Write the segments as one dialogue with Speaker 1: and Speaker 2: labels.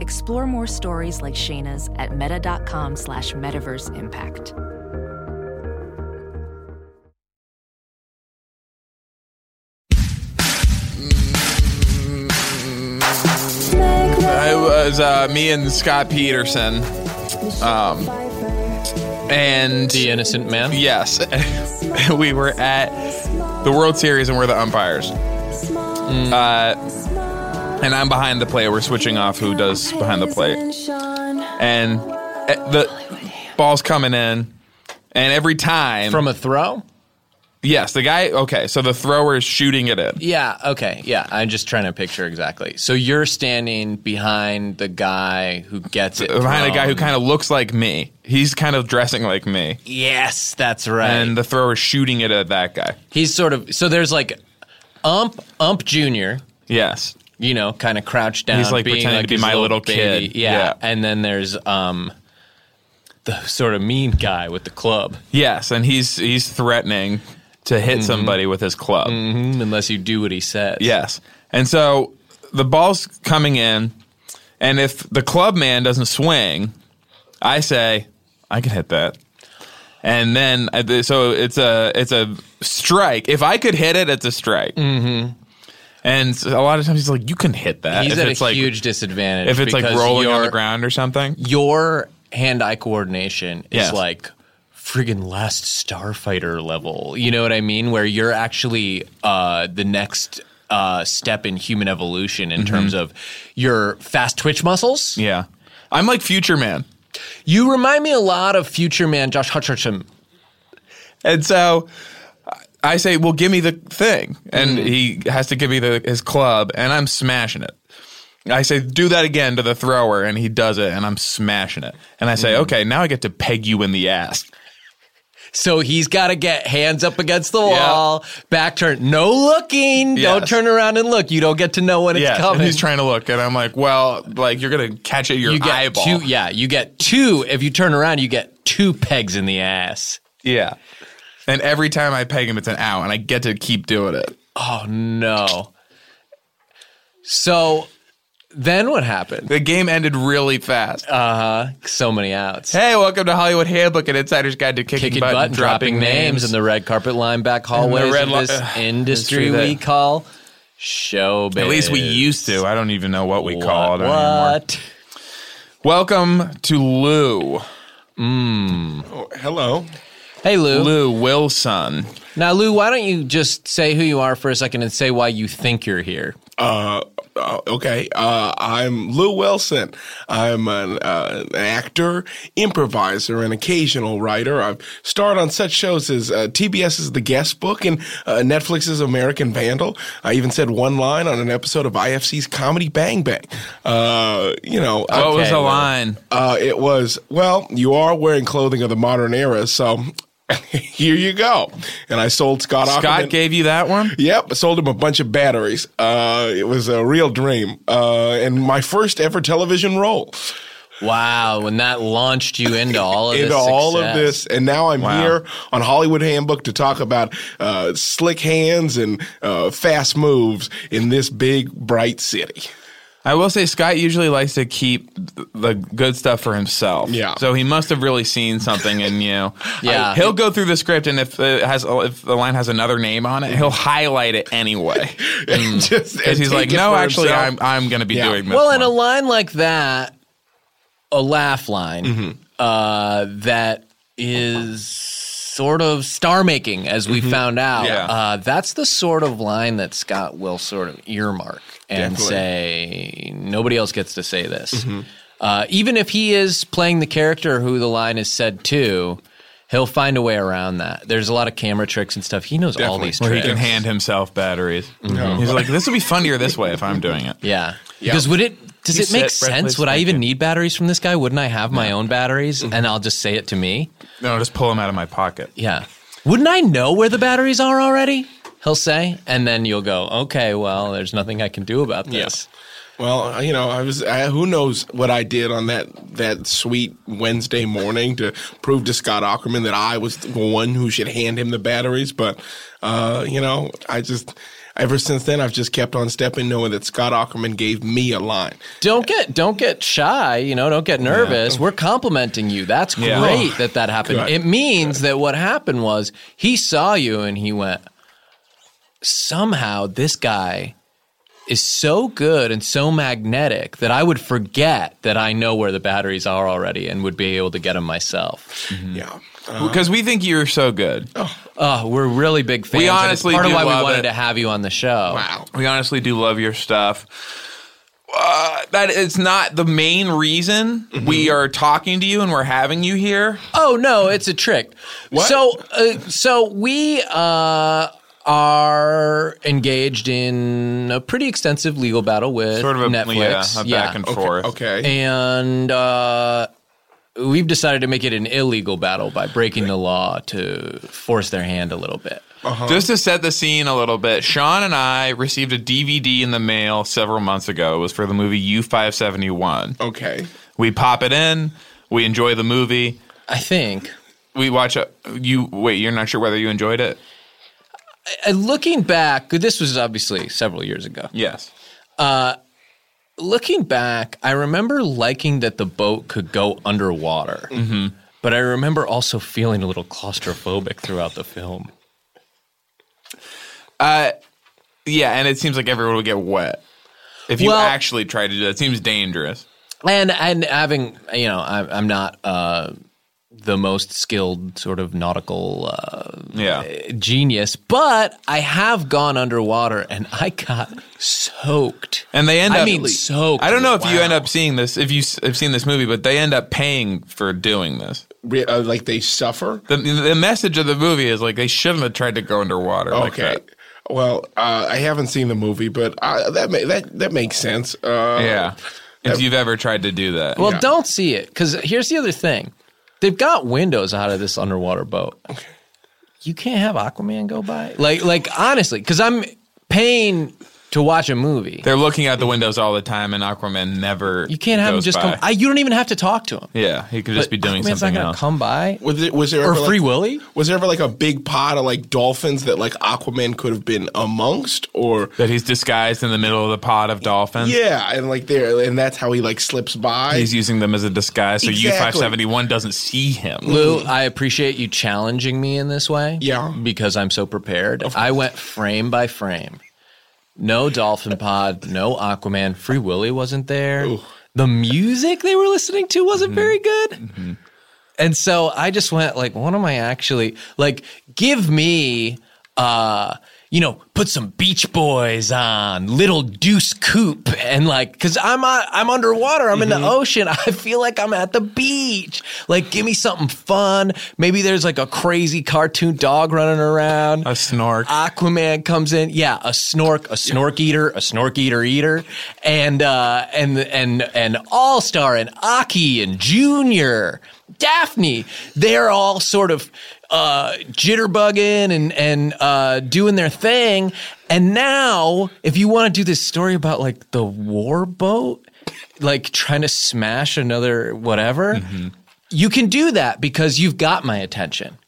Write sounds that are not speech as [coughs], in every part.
Speaker 1: Explore more stories like Shayna's at meta.com slash metaverse impact.
Speaker 2: It was uh, me and Scott Peterson. Um, and
Speaker 3: The innocent man.
Speaker 2: yes, [laughs] we were at the World Series and we're the umpires. Uh, and I'm behind the plate. We're switching off who does behind the plate. And uh, the ball's coming in. And every time.
Speaker 3: From a throw?
Speaker 2: yes, the guy. Okay, so the thrower is shooting it in.
Speaker 3: Yeah, okay. Yeah, I'm just trying to picture exactly. So you're standing behind the guy who gets it.
Speaker 2: Behind a guy
Speaker 3: Oh.
Speaker 2: who kind of looks like me. He's kind of dressing like me.
Speaker 3: Yes, that's right.
Speaker 2: And the thrower's shooting it at that guy.
Speaker 3: He's sort of so there's like ump ump junior,
Speaker 2: Yes.
Speaker 3: you know, kind of crouched down.
Speaker 2: He's, like,
Speaker 3: being
Speaker 2: pretending to be
Speaker 3: his
Speaker 2: my little
Speaker 3: baby.
Speaker 2: kid.
Speaker 3: Yeah.
Speaker 2: Yeah.
Speaker 3: and then there's um the sort of mean guy with the club.
Speaker 2: Yes, and he's he's threatening to hit
Speaker 3: Mm-hmm.
Speaker 2: somebody with his club.
Speaker 3: Mm, Unless you do what he says.
Speaker 2: Yes, and so the ball's coming in, and if the club man doesn't swing, I say I can hit that, and then I th- so it's a it's a strike. If I could hit it, it's a strike. Mm-hmm. And s- a lot of times he's like, "You can hit that."
Speaker 3: He's
Speaker 2: if
Speaker 3: at
Speaker 2: it's
Speaker 3: a
Speaker 2: like
Speaker 3: huge disadvantage.
Speaker 2: if it's like
Speaker 3: because
Speaker 2: rolling on the
Speaker 3: you're-
Speaker 2: ground or something.
Speaker 3: your hand-eye coordination is
Speaker 2: Yes.
Speaker 3: like friggin' last starfighter level you know what i mean where you're actually uh, the next uh, step in human evolution in terms of your fast twitch muscles
Speaker 2: Mm-hmm. Yeah, I'm like Future Man.
Speaker 3: you remind me a lot of future man josh hutcherson
Speaker 2: And so I say, "Well, give me the thing," and
Speaker 3: Mm.
Speaker 2: he has to give me the, his club, and I'm smashing it. I say, "Do that again to the thrower," and he does it, and I'm smashing it. And I say,
Speaker 3: Mm.
Speaker 2: "Okay, now I get to peg you in the ass."
Speaker 3: so he's got to get hands up against the
Speaker 2: Yeah.
Speaker 3: wall back turn no looking don't
Speaker 2: Yes.
Speaker 3: turn around and look you don't get to know when it's
Speaker 2: Yeah,
Speaker 3: coming
Speaker 2: and he's trying to look, and I'm like, "Well, like you're gonna catch it, your
Speaker 3: you get
Speaker 2: eyeball."
Speaker 3: two yeah you get two if you turn around you get two pegs in the ass
Speaker 2: yeah. And every time I peg him, it's an ow, and I get to keep doing it.
Speaker 3: Oh no. So then what happened?
Speaker 2: The game ended really fast.
Speaker 3: Uh, So many outs.
Speaker 2: hey, welcome to Hollywood Handbook and Insider's Guide to Kicking,
Speaker 3: Kicking
Speaker 2: Butt,
Speaker 3: button,
Speaker 2: and
Speaker 3: dropping names in the red carpet line back hallways
Speaker 2: red
Speaker 3: of
Speaker 2: li-
Speaker 3: this
Speaker 2: Ugh,
Speaker 3: industry
Speaker 2: industry that-
Speaker 3: we call showbiz.
Speaker 2: At least we used to. I don't even know what we
Speaker 3: What?
Speaker 2: call it anymore.
Speaker 3: what?
Speaker 2: Welcome to Lou.
Speaker 4: Hello.
Speaker 3: Hey Lou.
Speaker 2: Lou Wilson.
Speaker 3: Now Lou, why don't you just say who you are for a second and say why you think you're here?
Speaker 4: Uh, okay. Uh, I'm Lou Wilson. I'm an, uh, an actor, improviser, and occasional writer. I've starred on such shows as uh, TBS's The Guest Book and uh, Netflix's American Vandal. I even said one line on an episode of IFC's Comedy Bang Bang. Uh, you know, I-
Speaker 2: what was the
Speaker 3: Lou.
Speaker 2: line?
Speaker 4: uh, it was, well, you are wearing clothing of the modern era, so. [laughs] Here you go, and I sold Scott.
Speaker 2: Scott
Speaker 4: Ackerman-
Speaker 2: gave you that one?
Speaker 4: Yep, I sold him a bunch of batteries. Uh, it was a real dream, uh, and my first ever television role
Speaker 3: Wow, and that launched you into all of
Speaker 4: into
Speaker 3: this
Speaker 4: all of
Speaker 3: success.
Speaker 4: this. And now I'm
Speaker 2: Oh, Wow.
Speaker 4: here on Hollywood Handbook to talk about uh, slick hands and uh, fast moves in this big bright city. [laughs]
Speaker 2: I will say Scott usually likes to keep th- the good stuff for himself.
Speaker 4: Yeah.
Speaker 2: So he must have really seen something in
Speaker 3: [laughs]
Speaker 2: you.
Speaker 3: Yeah.
Speaker 2: I- he'll go through the script, and if uh, it has if the line has another name on it, he'll highlight it anyway.
Speaker 3: [laughs]
Speaker 4: Just
Speaker 2: Because he's
Speaker 4: take
Speaker 2: like,
Speaker 4: it
Speaker 2: no,
Speaker 4: for
Speaker 2: actually,
Speaker 4: himself."
Speaker 2: I'm I'm going to be
Speaker 4: Yeah.
Speaker 2: doing this.
Speaker 3: Well,
Speaker 2: one.
Speaker 3: and a line like that, a laugh line uh, that is sort of star making, as we found out.
Speaker 2: Yeah.
Speaker 3: Uh, that's the sort of line that Scott will sort of earmark and
Speaker 4: Definitely.
Speaker 3: say, nobody else gets to say this. Uh, even if he is playing the character who the line is said to. He'll find a way around that. There's a lot of camera tricks and stuff. He knows all
Speaker 4: Definitely.
Speaker 3: these
Speaker 2: where
Speaker 3: tricks.
Speaker 2: he can hand himself batteries. He's like, this will be funnier this way if I'm doing it.
Speaker 3: Yeah. Because would it Does
Speaker 2: You
Speaker 3: it make
Speaker 2: sit breathless
Speaker 3: sense? Would I even
Speaker 2: thinking. Mm-hmm.
Speaker 3: need batteries from this guy? Wouldn't I have my own batteries and I'll just say it to me?
Speaker 2: No, just pull him out of my pocket.
Speaker 3: Yeah. Wouldn't I know where the batteries are already? He'll say. And then you'll go, okay, well, there's nothing I can do about this.
Speaker 4: Well, uh, you know, I was. I, who knows what I did on that that sweet Wednesday morning to prove to Scott Ackerman that I was the one who should hand him the batteries. But uh, you know, I just ever since then I've just kept on stepping, knowing that Scott Ackerman gave me a line.
Speaker 3: Don't get don't get shy, you know, don't get nervous. We're complimenting you. That's
Speaker 2: Yeah.
Speaker 3: great that that happened.
Speaker 4: Good.
Speaker 3: It means that what happened was he saw you and he went somehow this guy is so good and so magnetic that I would forget that I know where the batteries are already and would be able to get them myself.
Speaker 2: Mm-hmm.
Speaker 4: Yeah. Uh,
Speaker 2: Because we think you're so good.
Speaker 3: Oh, we're really big fans.
Speaker 2: We
Speaker 3: and it's
Speaker 2: honestly
Speaker 3: part
Speaker 2: do
Speaker 3: of why
Speaker 2: love
Speaker 3: we wanted
Speaker 2: it.
Speaker 3: to have you on the show.
Speaker 4: Wow.
Speaker 2: We honestly do love your stuff. Uh, that it's not the main reason
Speaker 4: Mm-hmm.
Speaker 2: we are talking to you and we're having you here.
Speaker 3: Oh no, it's a trick. So, uh, so we uh, are engaged in a pretty extensive legal battle with
Speaker 2: Sort of a
Speaker 3: Netflix.
Speaker 2: yeah, a back and
Speaker 4: Okay.
Speaker 2: forth.
Speaker 4: Okay.
Speaker 3: and uh, we've decided to make it an illegal battle by breaking the law to force their hand a little bit.
Speaker 4: uh-huh.
Speaker 2: Just to set the scene a little bit, Sean and I received a DVD in the mail several months ago. It was for the movie U five seventy one.
Speaker 4: okay.
Speaker 2: We pop it in. We enjoy the movie.
Speaker 3: I think.
Speaker 2: We watch a, you. Wait, you're not sure whether you enjoyed it?
Speaker 3: And uh, looking back, this was obviously several years ago.
Speaker 2: Yes.
Speaker 3: looking back, I remember liking that the boat could go underwater,
Speaker 2: Mm-hmm.
Speaker 3: but I remember also feeling a little claustrophobic throughout the film.
Speaker 2: Yeah, and it seems like everyone would get wet if you
Speaker 3: Well-
Speaker 2: actually tried to do that. It seems dangerous.
Speaker 3: And and having you know, I'm, I'm not uh, the most skilled sort of nautical uh,
Speaker 2: Yeah.
Speaker 3: genius, but I have gone underwater and I got soaked.
Speaker 2: And they end
Speaker 3: I
Speaker 2: up.
Speaker 3: mean, soaked.
Speaker 2: I don't know if you
Speaker 3: Wow.
Speaker 2: end up seeing this, if you s- have seen this movie, but they end up paying for doing this.
Speaker 4: Re- uh, like they suffer.
Speaker 2: The, the message of the movie is like they shouldn't have tried to go underwater. Like
Speaker 4: Okay.
Speaker 2: that.
Speaker 4: well, uh, I haven't seen the movie, but uh, that ma- that that makes sense. Uh,
Speaker 2: yeah. If you've ever tried to do that.
Speaker 3: Well, don't see it because here's the other thing: they've got windows out of this underwater boat. You can't have Aquaman go by. Like, like honestly, because I'm paying to watch a movie.
Speaker 2: They're looking out the windows all the time, and Aquaman never.
Speaker 3: You can't have him
Speaker 2: goes
Speaker 3: just
Speaker 2: by.
Speaker 3: come. I, you don't even have to talk to him.
Speaker 2: yeah, he could just be doing
Speaker 3: Aquaman's
Speaker 2: something
Speaker 3: not gonna
Speaker 2: else.
Speaker 3: Come by
Speaker 4: Was it was there
Speaker 3: or
Speaker 4: ever, like-
Speaker 3: Free Willy.
Speaker 4: Was there ever like a big pod of like dolphins that like Aquaman could have been amongst or
Speaker 2: that he's disguised in the middle of the pod of dolphins.
Speaker 4: yeah, and like there and that's how he like slips by.
Speaker 2: He's using them as a disguise, so U five
Speaker 4: Exactly.
Speaker 2: seventy one doesn't see him.
Speaker 3: Lou, I appreciate you challenging me in this way.
Speaker 4: Yeah.
Speaker 3: Because I'm so prepared. I went frame by frame. No dolphin pod, no Aquaman. Free Willy wasn't there. The music they were listening to wasn't very good. And so I just went like, what am I actually like? Give me, uh, you know, put some Beach Boys on, Little Deuce Coupe, and like, because I'm uh, I'm underwater, I'm in the ocean, [laughs] I feel like I'm at the beach. Like, give me something fun. Maybe there's like a crazy cartoon dog running around.
Speaker 2: A snark.
Speaker 3: Aquaman comes in, yeah, a snork, a snork eater, a snork eater eater, and uh, and and and All Star and Aki and Junior, Daphne, they're all sort of uh, jitterbugging and and uh, doing their thing. And now, if you want to do this story about like the war boat, like trying to smash another whatever, you can do that because you've got my attention.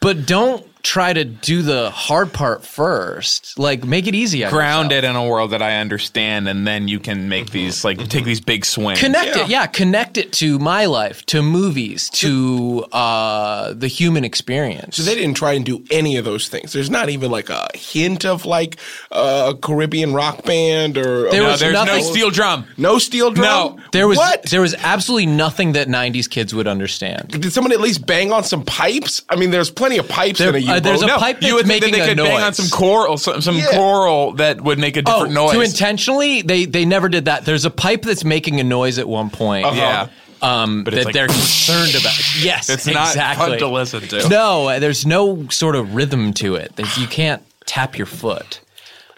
Speaker 3: But don't try to do the hard part first. Like, make it easy. on yourself.
Speaker 2: grounded in a world that I understand, and then you can make these like take these big swings.
Speaker 3: Mm-hmm. Connect it, yeah. Connect it to my life, to movies, to uh, the human experience.
Speaker 4: so they didn't try and do any of those things. There's not even like a hint of like uh, a Caribbean rock band or
Speaker 3: There
Speaker 2: No,
Speaker 3: was
Speaker 2: there's no
Speaker 3: nothing-
Speaker 2: steel drum.
Speaker 4: no steel drum.
Speaker 2: No,
Speaker 3: there was
Speaker 4: what?
Speaker 3: there was absolutely nothing that '90s kids would understand.
Speaker 4: Did someone at least bang on some pipes? I mean, there's plenty of pipes
Speaker 3: There-
Speaker 4: in a
Speaker 3: uh,
Speaker 4: U-boat.
Speaker 3: there's a pipe that's
Speaker 2: you would think that
Speaker 3: making
Speaker 2: they
Speaker 3: a
Speaker 2: could
Speaker 3: noise.
Speaker 2: bang on some coral, some, some
Speaker 4: Yeah.
Speaker 2: coral that would make a
Speaker 3: Oh,
Speaker 2: different noise.
Speaker 3: to intentionally they they never did that. There's a pipe that's making a noise at one point.
Speaker 2: yeah,
Speaker 3: um,
Speaker 2: it's
Speaker 3: that
Speaker 2: like-
Speaker 3: they're concerned about.
Speaker 2: [laughs]
Speaker 3: Yes,
Speaker 2: it's not
Speaker 3: exactly.
Speaker 2: fun to listen to.
Speaker 3: No, uh, there's no sort of rhythm to it. There's- You can't tap your foot.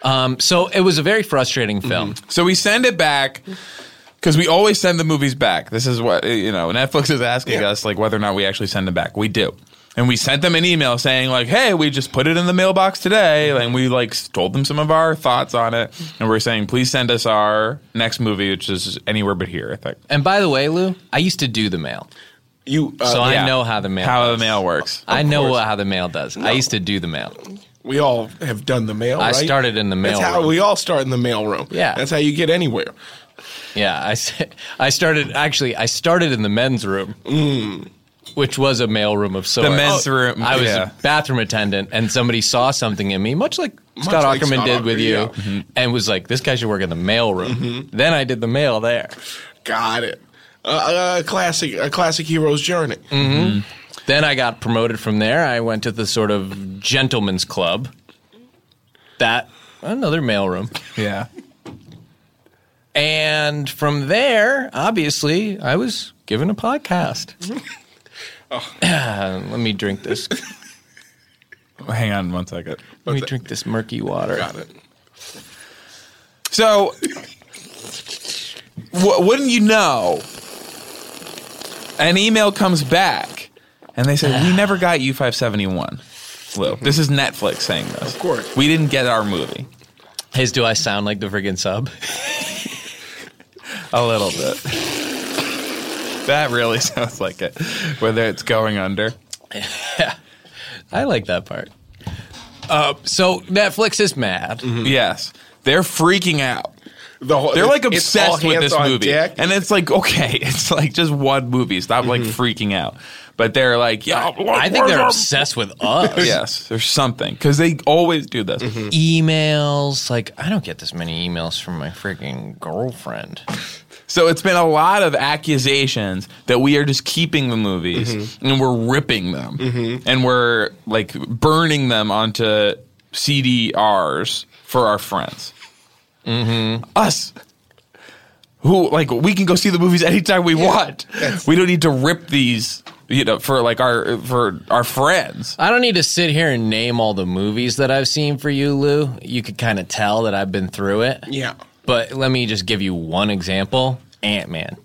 Speaker 3: Um, so it was a very frustrating
Speaker 2: Mm-hmm.
Speaker 3: film.
Speaker 2: So we send it back because we always send the movies back. This is what you know. Netflix is asking
Speaker 4: Yeah.
Speaker 2: us like whether or not we actually send them back. We do, and we sent them an email saying like, "Hey, we just put it in the mailbox today," and we like s- told them some of our thoughts on it, and we're saying, "Please send us our next movie, which is anywhere but here." I think
Speaker 3: And by the way, Lou, I used to do the mail,
Speaker 4: You, uh,
Speaker 3: so
Speaker 2: yeah.
Speaker 3: I know how the mail.
Speaker 2: how the
Speaker 3: does.
Speaker 2: mail works.
Speaker 3: I know how the mail does. I used to do the mail.
Speaker 4: we all have done the mail.
Speaker 3: I
Speaker 4: right?
Speaker 3: started in the
Speaker 4: That's
Speaker 3: mail
Speaker 4: how
Speaker 3: room.
Speaker 4: we all start in the mail room.
Speaker 3: Yeah.
Speaker 4: that's how you get anywhere.
Speaker 3: Yeah, I, s- I started actually. I started in the men's room, which was a mail room of sorts.
Speaker 2: men's room,
Speaker 3: I was
Speaker 2: yeah.
Speaker 3: a bathroom attendant, and somebody saw something in me, much like Scott
Speaker 4: like
Speaker 3: Ackerman
Speaker 4: Scott
Speaker 3: did with
Speaker 4: Ackerman,
Speaker 3: you,
Speaker 4: yeah. Mm-hmm.
Speaker 3: and was like, "This guy should work in the mail room." Then I did the mail there.
Speaker 4: Got it. Uh, a classic, a classic hero's journey.
Speaker 3: Mm. Then I got promoted from there. I went to the sort of gentleman's club. That another mail room.
Speaker 2: Yeah,
Speaker 3: And from there, obviously, I was given a
Speaker 4: [laughs]
Speaker 3: podcast.
Speaker 4: Oh.
Speaker 3: Ah, [clears throat] Let me drink this.
Speaker 2: hang on one second.
Speaker 3: Let me drink this murky water.
Speaker 4: Got it.
Speaker 2: So, w- wouldn't you know? An email comes back, and they [sighs] say, "We never got you 571." Lou, this is Netflix saying this. Of
Speaker 4: course.
Speaker 2: we didn't get our movie.
Speaker 3: His, do I sound like the friggin' sub? [laughs]
Speaker 2: A little bit. [laughs] that really sounds like it. Whether it's going under.
Speaker 3: I like that part. Uh, so Netflix is mad.
Speaker 4: Mm-hmm.
Speaker 2: Yes, they're freaking out.
Speaker 4: The whole,
Speaker 2: They're like
Speaker 4: it's all
Speaker 2: obsessed with
Speaker 4: hands
Speaker 2: this
Speaker 4: on
Speaker 2: movie.
Speaker 4: deck.
Speaker 2: And it's like, okay, [laughs] it's like just one movie. Stop like
Speaker 4: Mm-hmm.
Speaker 2: freaking out. But they're like, yeah,
Speaker 3: I think they're obsessed
Speaker 4: [laughs]
Speaker 3: with us.
Speaker 2: yes, there's something because they always do this.
Speaker 4: Mm-hmm.
Speaker 3: Emails, like I don't get this many emails from my friggin' girlfriend.
Speaker 2: So it's been a lot of accusations that we are just keeping the movies
Speaker 3: Mm-hmm.
Speaker 2: and we're ripping them and we're like burning them onto CDRs for our friends.
Speaker 3: Mm-hmm.
Speaker 2: Us. Who like we can go see the movies anytime we want. We don't need to rip these, you know, for like our for our friends.
Speaker 3: I don't need to sit here and name all the movies that I've seen for you, Lou. You could kind of tell that I've been through it.
Speaker 4: yeah,
Speaker 3: But let me just give you one example: Ant Man.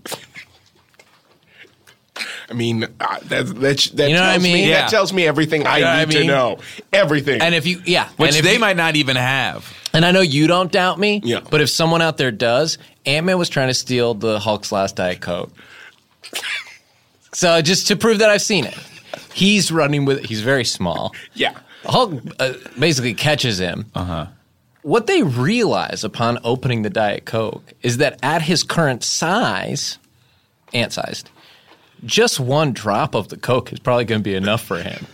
Speaker 4: I mean uh, that that sh- that
Speaker 3: You know what I
Speaker 4: tells me
Speaker 3: mean?
Speaker 2: Yeah.
Speaker 4: that tells me everything I
Speaker 3: You know what I
Speaker 4: need to
Speaker 3: mean?
Speaker 4: know. Everything.
Speaker 3: And if you, yeah,
Speaker 2: Which
Speaker 3: and if
Speaker 2: they
Speaker 3: you-
Speaker 2: might not even have.
Speaker 3: And I know you don't doubt me,
Speaker 4: Yeah.
Speaker 3: but if someone out there does, Ant Man was trying to steal the Hulk's last Diet Coke. so just to prove that I've seen it, he's running with. He's very small.
Speaker 4: yeah,
Speaker 3: Hulk uh, basically catches him. Uh
Speaker 2: Uh-huh.
Speaker 3: huh. What they realize upon opening the Diet Coke is that at his current size, ant sized, just one drop of the Coke is probably going to be enough for him.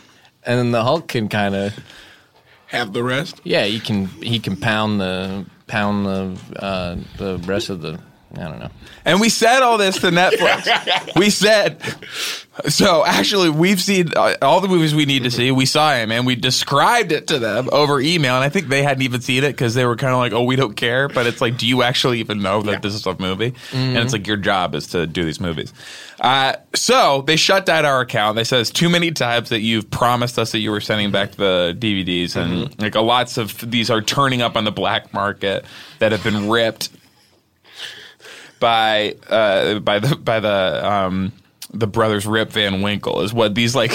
Speaker 3: And then the Hulk can kind of
Speaker 4: have the rest.
Speaker 3: yeah, he can he can pound the pound the uh, the rest of the I don't know.
Speaker 2: And we said all this to Netflix. we said, so actually, we've seen uh, all the movies we need to see. We saw him and we described it to them over email. And I think they hadn't even seen it because they were kind of like, oh, we don't care. But it's like, do you actually even know that this is a movie? And it's like, your job is to do these movies. Uh, so they shut down our account. They said, it's too many times that you've promised us that you were sending back the DVDs. And like, a lots of these are turning up on the black market that have been ripped by uh, by the by the um, the brothers Rip Van Winkle is what these
Speaker 4: [laughs]
Speaker 2: like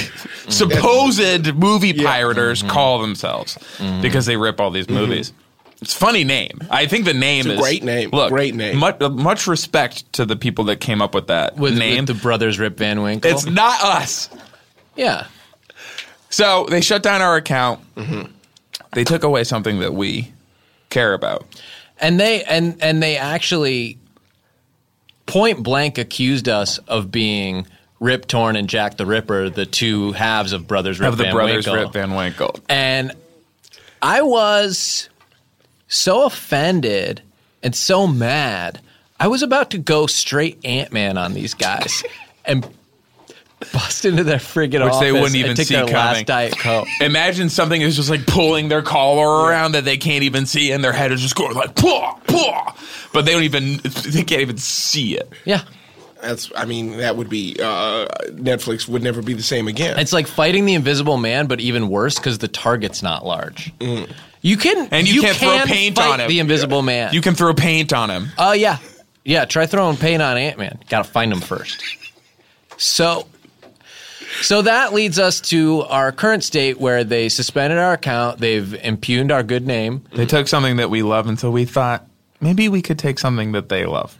Speaker 2: supposed movie
Speaker 4: Mm-hmm.
Speaker 2: piraters call themselves because they rip all these movies. It's a funny name. I think the name
Speaker 4: It's a
Speaker 2: is
Speaker 4: great name.
Speaker 2: Look,
Speaker 4: Great name.
Speaker 2: Much, uh, much respect to the people that came up with that
Speaker 3: With,
Speaker 2: name.
Speaker 3: with the brothers Rip Van Winkle.
Speaker 2: it's not us.
Speaker 3: yeah.
Speaker 2: So they shut down our account.
Speaker 4: Mm-hmm.
Speaker 2: They took away something that we care about.
Speaker 3: And they and and they actually point blank accused us of being Rip Torn and Jack the Ripper, the two halves of brothers Rip
Speaker 2: Of the
Speaker 3: Van
Speaker 2: brothers
Speaker 3: Winkle.
Speaker 2: Rip Van Winkle.
Speaker 3: and I was so offended and so mad. I was about to go straight Ant Man on these
Speaker 2: [laughs]
Speaker 3: guys and bust into their friggin'
Speaker 2: Which
Speaker 3: office
Speaker 2: they wouldn't even
Speaker 3: and take
Speaker 2: see
Speaker 3: their
Speaker 2: coming.
Speaker 3: last diet coke.
Speaker 2: Imagine something is just like pulling their collar around that they can't even see, and their [laughs] head is just going like paw paw, but they don't even they can't even see it.
Speaker 3: Yeah,
Speaker 4: That's. I mean, that would be uh, Netflix would never be the same again.
Speaker 3: It's like fighting the Invisible Man, but even worse because the target's not large. You can
Speaker 2: Mm. And you can't throw
Speaker 3: can
Speaker 2: paint
Speaker 3: fight
Speaker 2: on him.
Speaker 3: The Invisible Man.
Speaker 2: You can throw paint on him.
Speaker 3: Oh yeah, yeah. Try throwing paint on Ant Man. Got to find him first. So, so that leads us to our current state where they suspended our account. They've impugned our good name,
Speaker 2: They took something that we love, and so we thought maybe we could take something that they love.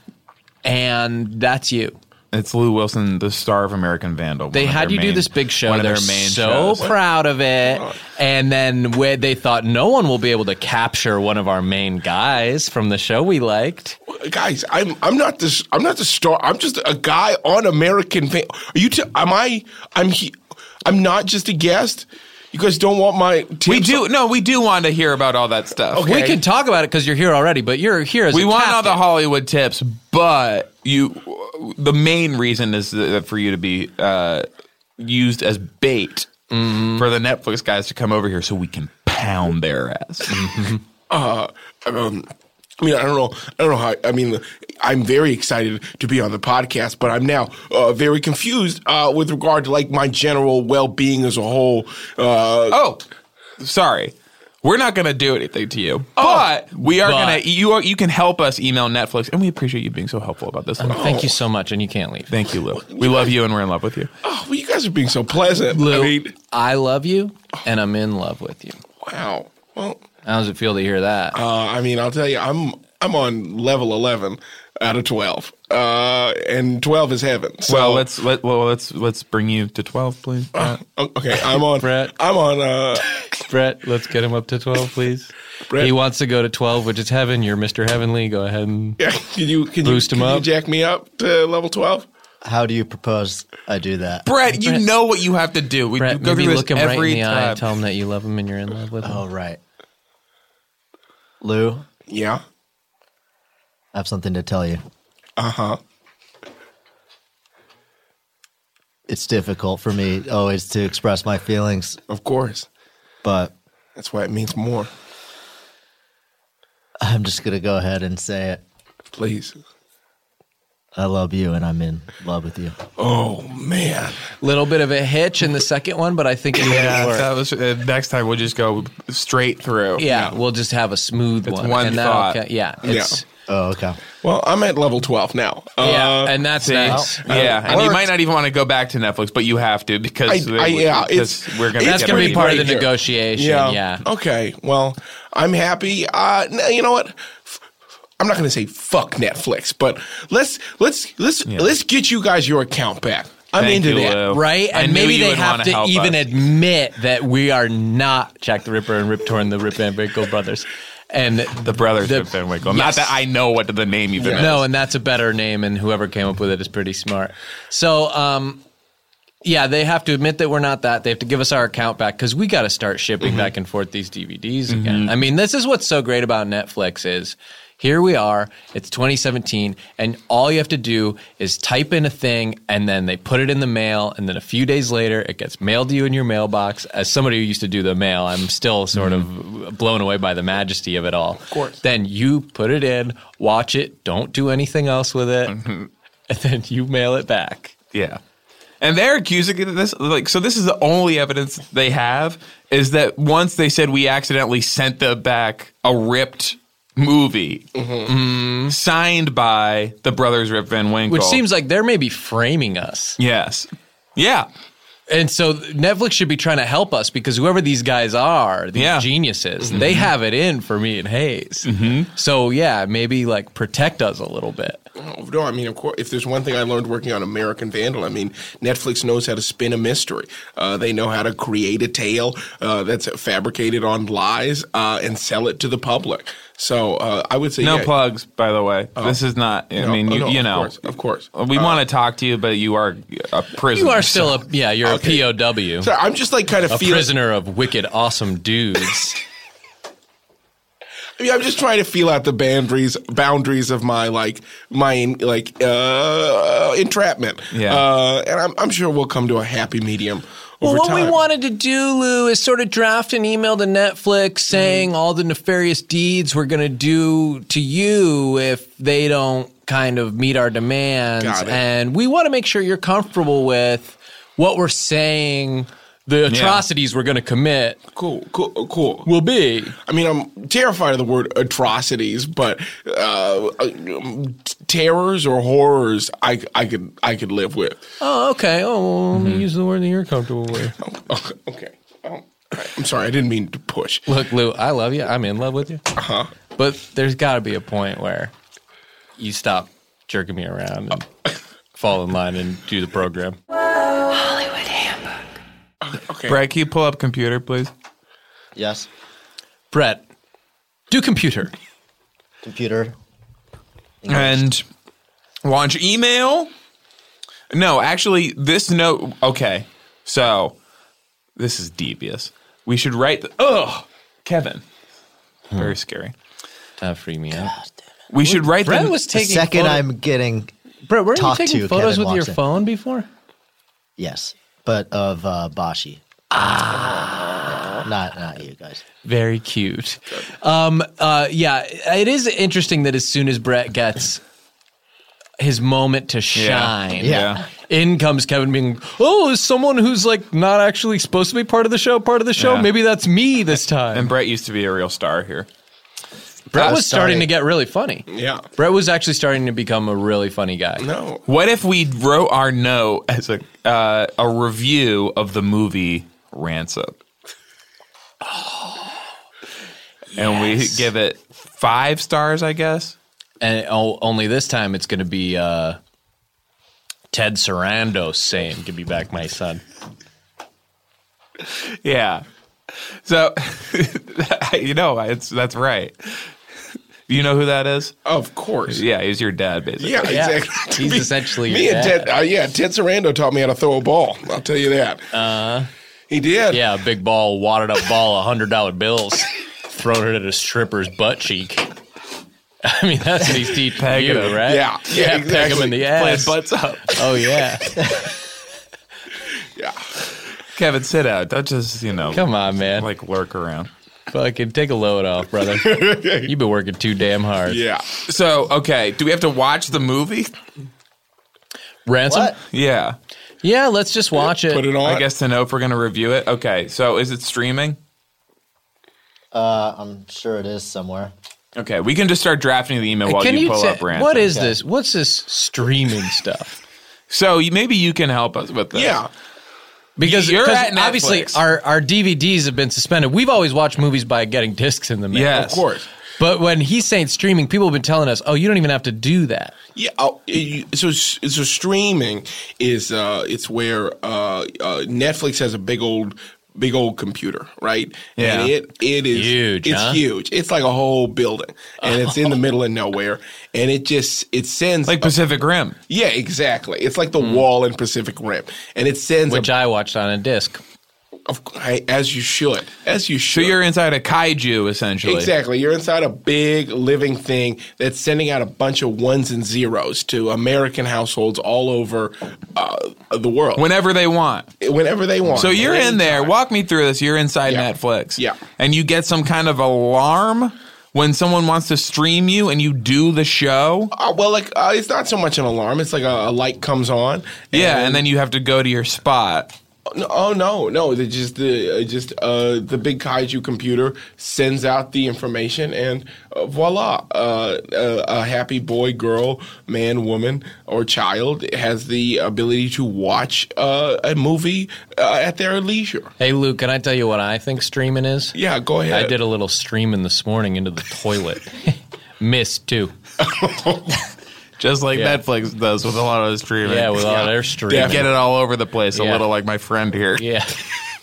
Speaker 3: and that's you.
Speaker 2: It's Lou Wilson, the star of American Vandal.
Speaker 3: They
Speaker 2: one of
Speaker 3: had
Speaker 2: their
Speaker 3: you do
Speaker 2: main-
Speaker 3: this big show.
Speaker 2: One of
Speaker 3: They're
Speaker 2: their main
Speaker 3: so
Speaker 2: shows.
Speaker 3: proud of it. And then where they thought no one will be able to capture one of our main guys from the show we liked.
Speaker 4: guys, I'm I'm not this. I'm not the star. I'm just a guy on American. Fa- Are you? T- am I? I'm he- I'm not just a guest. You guys don't want my. Tips
Speaker 2: We do no, we do want to hear about all that stuff.
Speaker 4: Okay.
Speaker 3: We can talk about it because you're here already, but you're here as
Speaker 2: We
Speaker 3: a
Speaker 2: want all the
Speaker 3: captain.
Speaker 2: Hollywood tips, but you, the main reason is that for you to be uh, used as bait
Speaker 3: Mm-hmm.
Speaker 2: for the Netflix guys to come over here so we can pound their ass.
Speaker 3: Mm-hmm.
Speaker 4: Um, I mean, I don't know. I don't know how. I mean, I'm very excited to be on the podcast, but I'm now uh, very confused uh, with regard to like my general well being as a whole. Uh,
Speaker 2: oh, sorry. We're not going to do anything to you, but we are
Speaker 3: Oh, but-
Speaker 2: going to. You are, you can help us email Netflix, and we appreciate you being so helpful about this. Lou.
Speaker 3: Oh, Thank you so much, and you can't leave.
Speaker 2: Thank you, Lou. We love you, and we're in love with you.
Speaker 4: oh, well, you guys are being so pleasant.
Speaker 3: Lou,
Speaker 4: I mean,
Speaker 3: I love you, and I'm in love with you.
Speaker 4: wow. Well,
Speaker 3: How does it feel to hear that?
Speaker 4: Uh, I mean, I'll tell you, I'm I'm on level eleven out of twelve, uh, and twelve is heaven. So,
Speaker 2: Well, let's let well let's let's bring you to twelve, please.
Speaker 3: Uh,
Speaker 2: Matt.
Speaker 4: o- Oh, okay. I'm on.
Speaker 3: Brett.
Speaker 4: I'm on. Uh,
Speaker 3: Brett, let's get him up to 12,
Speaker 2: [laughs]
Speaker 3: please.
Speaker 4: Brett.
Speaker 3: He wants to go to 12, which is heaven. You're Mr. Heavenly. Go ahead and.
Speaker 4: can you can you,
Speaker 3: Boost him
Speaker 4: can you
Speaker 3: up.
Speaker 4: jack me up to level twelve?
Speaker 5: How do you propose I do that?
Speaker 2: Brett, you
Speaker 3: Brett.
Speaker 2: know what you have to do. We
Speaker 3: Brett,
Speaker 2: go
Speaker 3: maybe
Speaker 2: through this
Speaker 3: look him right in
Speaker 2: every
Speaker 3: the eye
Speaker 2: time.
Speaker 3: and tell him that you love him and you're in love with him.
Speaker 5: Oh, right. Lou,
Speaker 4: Yeah.
Speaker 5: I have something to tell you.
Speaker 4: Uh huh.
Speaker 5: It's difficult for me always to express my feelings,
Speaker 4: Of course.
Speaker 5: but
Speaker 4: That's why it means more.
Speaker 5: I'm just going to go ahead and say it.
Speaker 4: Please.
Speaker 5: I love you and I'm in love with you.
Speaker 4: Oh man.
Speaker 3: Little bit of a hitch in the second one, but I think it yeah,
Speaker 2: Yeah,
Speaker 3: work.
Speaker 2: that was uh, next time. We'll just go straight through.
Speaker 3: yeah, we'll just have a smooth
Speaker 2: It's
Speaker 3: one.
Speaker 2: one
Speaker 3: and that'll
Speaker 2: thought.
Speaker 3: ca- yeah, it's,
Speaker 5: Oh, okay.
Speaker 4: Well, I'm at level twelve now. Uh,
Speaker 3: yeah, and that's
Speaker 2: See?
Speaker 3: nice.
Speaker 2: yeah, and you
Speaker 4: worked.
Speaker 2: might not even want to go back to Netflix, but you have to because,
Speaker 4: I- I- yeah,
Speaker 2: because
Speaker 4: it's-
Speaker 2: we're gonna
Speaker 3: That's
Speaker 2: get
Speaker 3: going to be
Speaker 2: everything.
Speaker 3: part of the
Speaker 4: Right here.
Speaker 3: negotiation. yeah.
Speaker 4: Okay. Well, I'm happy. Uh, n- you know what? F- I'm not going to say fuck Netflix, but let's let's let's let's get you guys your account back. I'm
Speaker 2: Thank
Speaker 4: into
Speaker 2: you, uh,
Speaker 4: that.
Speaker 2: Lou.
Speaker 3: right?
Speaker 2: Oh, I
Speaker 3: And
Speaker 2: knew
Speaker 3: maybe
Speaker 2: you
Speaker 3: they
Speaker 2: would
Speaker 3: have
Speaker 2: wanna
Speaker 3: to
Speaker 2: help
Speaker 3: even
Speaker 2: us.
Speaker 3: admit that we are not Jack the Ripper and Rip Torn, the Rip Van Winkle brothers, and
Speaker 2: the brothers
Speaker 3: the-
Speaker 2: of Van Winkle.
Speaker 3: yes.
Speaker 2: Not that I know what the name even is.
Speaker 3: No, and that's a better name, and whoever came up with it is pretty smart. So, um, yeah, they have to admit that we're not that. They have to give us our account back because we got to start shipping back and forth these DVDs again. I mean, this is what's so great about Netflix is here we are. It's 2017, and all you have to do is type in a thing, and then they put it in the mail, and then a few days later, it gets mailed to you in your mailbox. As somebody who used to do the mail, I'm still sort of blown away by the majesty of it all. Mm-hmm. Of course. Then you put it in, watch it, don't do anything else with it, and then you mail it back.
Speaker 2: Yeah. And they're accusing it of this like so this is the only evidence they have is that once they said we accidentally sent them back a ripped movie mm, signed by the brothers Rip Van Winkle.
Speaker 3: Which seems like they're maybe framing us.
Speaker 2: Yes. Yeah.
Speaker 3: And so Netflix should be trying to help us because whoever these guys are, these
Speaker 2: Yeah.
Speaker 3: geniuses, they have it in for me and Hayes. So yeah, maybe like protect us a little bit.
Speaker 4: Oh, No, I mean, of course, if there's one thing I learned working on American Vandal, I mean, Netflix knows how to spin a mystery. Uh, they know how to create a tale uh, that's fabricated on lies uh, and sell it to the public. So uh, I would say
Speaker 2: No
Speaker 4: yeah. Oh.
Speaker 2: plugs, by the way. This is not. I
Speaker 4: No,
Speaker 2: mean,
Speaker 4: oh,
Speaker 2: you,
Speaker 4: no,
Speaker 2: you
Speaker 4: of
Speaker 2: know, Uh,
Speaker 4: course, of course. Uh,
Speaker 2: We want to talk to you, but you are a prisoner.
Speaker 3: You are still a yeah, you're
Speaker 4: Okay.
Speaker 3: a POW,
Speaker 4: Sorry, I'm just like kind of
Speaker 3: a
Speaker 4: feeling.
Speaker 3: prisoner of wicked awesome dudes.
Speaker 4: I mean, I'm just trying to feel out the boundaries boundaries of my like my like uh, entrapment.
Speaker 2: Yeah.
Speaker 4: uh, and I'm, I'm sure we'll come to a happy medium.
Speaker 3: Well,
Speaker 4: over
Speaker 3: what
Speaker 4: time.
Speaker 3: we wanted to do, Lou, is sort of draft an email to Netflix saying all the nefarious deeds we're going to do to you if they don't kind of meet our demands.
Speaker 4: Got it.
Speaker 3: And we want to make sure you're comfortable with what we're saying the atrocities we're going to commit
Speaker 4: cool, cool, cool.
Speaker 3: will be.
Speaker 4: I mean, I'm terrified of the word atrocities, but uh, um, terrors or horrors, I, I could I could live with.
Speaker 3: Oh, okay. Oh, well, let me use the word that you're comfortable with.
Speaker 4: Oh, okay. Oh, I'm sorry, I didn't mean to push.
Speaker 3: Look, Lou, I love you. I'm in love with you. Uh-huh. But there's got to be a point where you stop jerking me around and [coughs] fall in line and do the program.
Speaker 4: Okay.
Speaker 2: Brett, can you pull up computer, please?
Speaker 5: Yes.
Speaker 3: Brett, do computer.
Speaker 5: Computer.
Speaker 2: and launch email. No, actually, this note. Okay, so this is devious. We should write. The, ugh, Kevin,
Speaker 4: Hmm.
Speaker 2: very scary.
Speaker 3: Time free me out.
Speaker 2: We should write.
Speaker 3: Brett
Speaker 2: the,
Speaker 3: was
Speaker 5: The
Speaker 3: taking
Speaker 5: second
Speaker 3: photo-
Speaker 5: I'm getting
Speaker 3: Brett, were you
Speaker 5: talked
Speaker 3: taking
Speaker 5: to,
Speaker 3: photos
Speaker 5: Kevin
Speaker 3: with your
Speaker 5: walks in.
Speaker 3: phone before?
Speaker 5: yes, but of uh, Bashi. Ah. Not not you guys.
Speaker 3: Very cute. Um, uh, yeah, it is interesting that as soon as Brett gets his moment to shine,
Speaker 2: Yeah.
Speaker 3: in comes Kevin being, oh, is someone who's like not actually supposed to be part of the show, part of the show.
Speaker 2: Yeah.
Speaker 3: Maybe that's me this time.
Speaker 2: and Brett used to be a real star here.
Speaker 3: Brett was
Speaker 5: sorry.
Speaker 3: starting to get really funny.
Speaker 4: Yeah.
Speaker 3: Brett was actually starting to become a really funny guy.
Speaker 4: No.
Speaker 2: What if we wrote our note as a uh, a review of the movie Rancid? And we give it five stars, I guess.
Speaker 3: And oh, only this time it's going to be uh, Ted Sarando saying, "Give me back my son."
Speaker 2: Yeah. So, [laughs] you know, it's that's right. You know who that is?
Speaker 4: Of course.
Speaker 2: Yeah, he's your dad, basically.
Speaker 4: Yeah,
Speaker 3: Yeah.
Speaker 4: exactly. [laughs]
Speaker 3: He's
Speaker 4: Me-
Speaker 3: essentially
Speaker 4: me
Speaker 3: your
Speaker 4: and
Speaker 3: dad.
Speaker 4: Ted. Uh, yeah, Ted Sarando taught me how to throw a ball. I'll tell you that. Uh, he did.
Speaker 3: Uh-huh. Yeah, a big ball, wadded up ball, of hundred dollar bills, thrown it at a stripper's butt cheek. [laughs] I mean, that's what he's teaching
Speaker 2: Peg
Speaker 3: you,
Speaker 2: him.
Speaker 3: right?
Speaker 4: Yeah, yeah,
Speaker 3: yeah peg him
Speaker 4: exactly.
Speaker 3: in the
Speaker 2: Playing
Speaker 3: ass.
Speaker 2: butts up.
Speaker 3: oh yeah,
Speaker 4: Yeah.
Speaker 2: Kevin, sit out. Don't just, you know,
Speaker 3: come on, man.
Speaker 2: like lurk around.
Speaker 3: Fucking take a load off, brother. You've been working too damn hard.
Speaker 4: Yeah.
Speaker 2: So, okay, do we have to watch the movie? [laughs]
Speaker 3: Ransom.
Speaker 5: What?
Speaker 2: Yeah.
Speaker 3: Yeah, let's just watch it.
Speaker 4: Put it on.
Speaker 2: I guess to know if we're going to review it. Okay, so is it streaming?
Speaker 5: Uh, I'm sure it is somewhere.
Speaker 2: Okay, we can just start drafting the email while
Speaker 3: Can
Speaker 2: you,
Speaker 3: you,
Speaker 2: pull
Speaker 3: ta-
Speaker 2: up Ransom.
Speaker 3: what is this? What's this streaming stuff? [laughs]
Speaker 2: So you, maybe you can help us
Speaker 3: uh,
Speaker 2: with this.
Speaker 4: Yeah.
Speaker 3: because
Speaker 2: You're
Speaker 3: 'cause
Speaker 2: at Netflix.
Speaker 3: obviously our, our DVDs have been suspended. We've always watched movies by getting discs in the mail.
Speaker 2: Yes.
Speaker 4: Of course.
Speaker 3: But when he's saying streaming, people have been telling us, "Oh, you don't even have to do that."
Speaker 4: Yeah. Oh, you- so so streaming is uh, it's where uh, uh, Netflix has a big old big old computer, right?
Speaker 2: Yeah.
Speaker 4: And it it is
Speaker 3: Huge,
Speaker 4: It's
Speaker 3: huh?
Speaker 4: huge. It's like a whole building, and it's in the middle of nowhere, and it just it sends
Speaker 2: Like Pacific Rim.
Speaker 4: yeah, exactly. It's like the wall in Pacific Rim, and it sends
Speaker 3: Which
Speaker 4: a,
Speaker 3: I watched on a disc.
Speaker 4: of, I, as you should, as you
Speaker 2: So
Speaker 4: should.
Speaker 2: you're inside a kaiju, essentially.
Speaker 4: Exactly. You're inside a big living thing that's sending out a bunch of ones and zeros to American households all over uh, the world.
Speaker 2: Whenever they want.
Speaker 4: whenever they want.
Speaker 2: So you're in there. Walk me through this. You're inside
Speaker 4: Yeah.
Speaker 2: Netflix.
Speaker 4: Yeah.
Speaker 2: And you get some kind of alarm when someone wants to stream you and you do the show.
Speaker 4: Oh, well, like uh, it's not so much an alarm. It's like a, a light comes on.
Speaker 2: yeah. And then you have to go to your spot.
Speaker 4: No, oh no, no! The, just the uh, just uh, the big kaiju computer sends out the information, and uh, voila! Uh, uh, a happy boy, girl, man, woman, or child has the ability to watch uh, a movie uh, at their leisure.
Speaker 3: Hey, Luke, can I tell you what I think streaming is?
Speaker 4: Yeah, go ahead.
Speaker 3: I did a little streaming this morning into the toilet. [laughs] Missed too.
Speaker 2: Just like
Speaker 3: Yeah.
Speaker 2: Netflix does with a lot of streaming.
Speaker 3: Yeah, with all their streaming.
Speaker 2: Get it all over the place, a
Speaker 3: Yeah.
Speaker 2: little like my friend here.
Speaker 3: Yeah.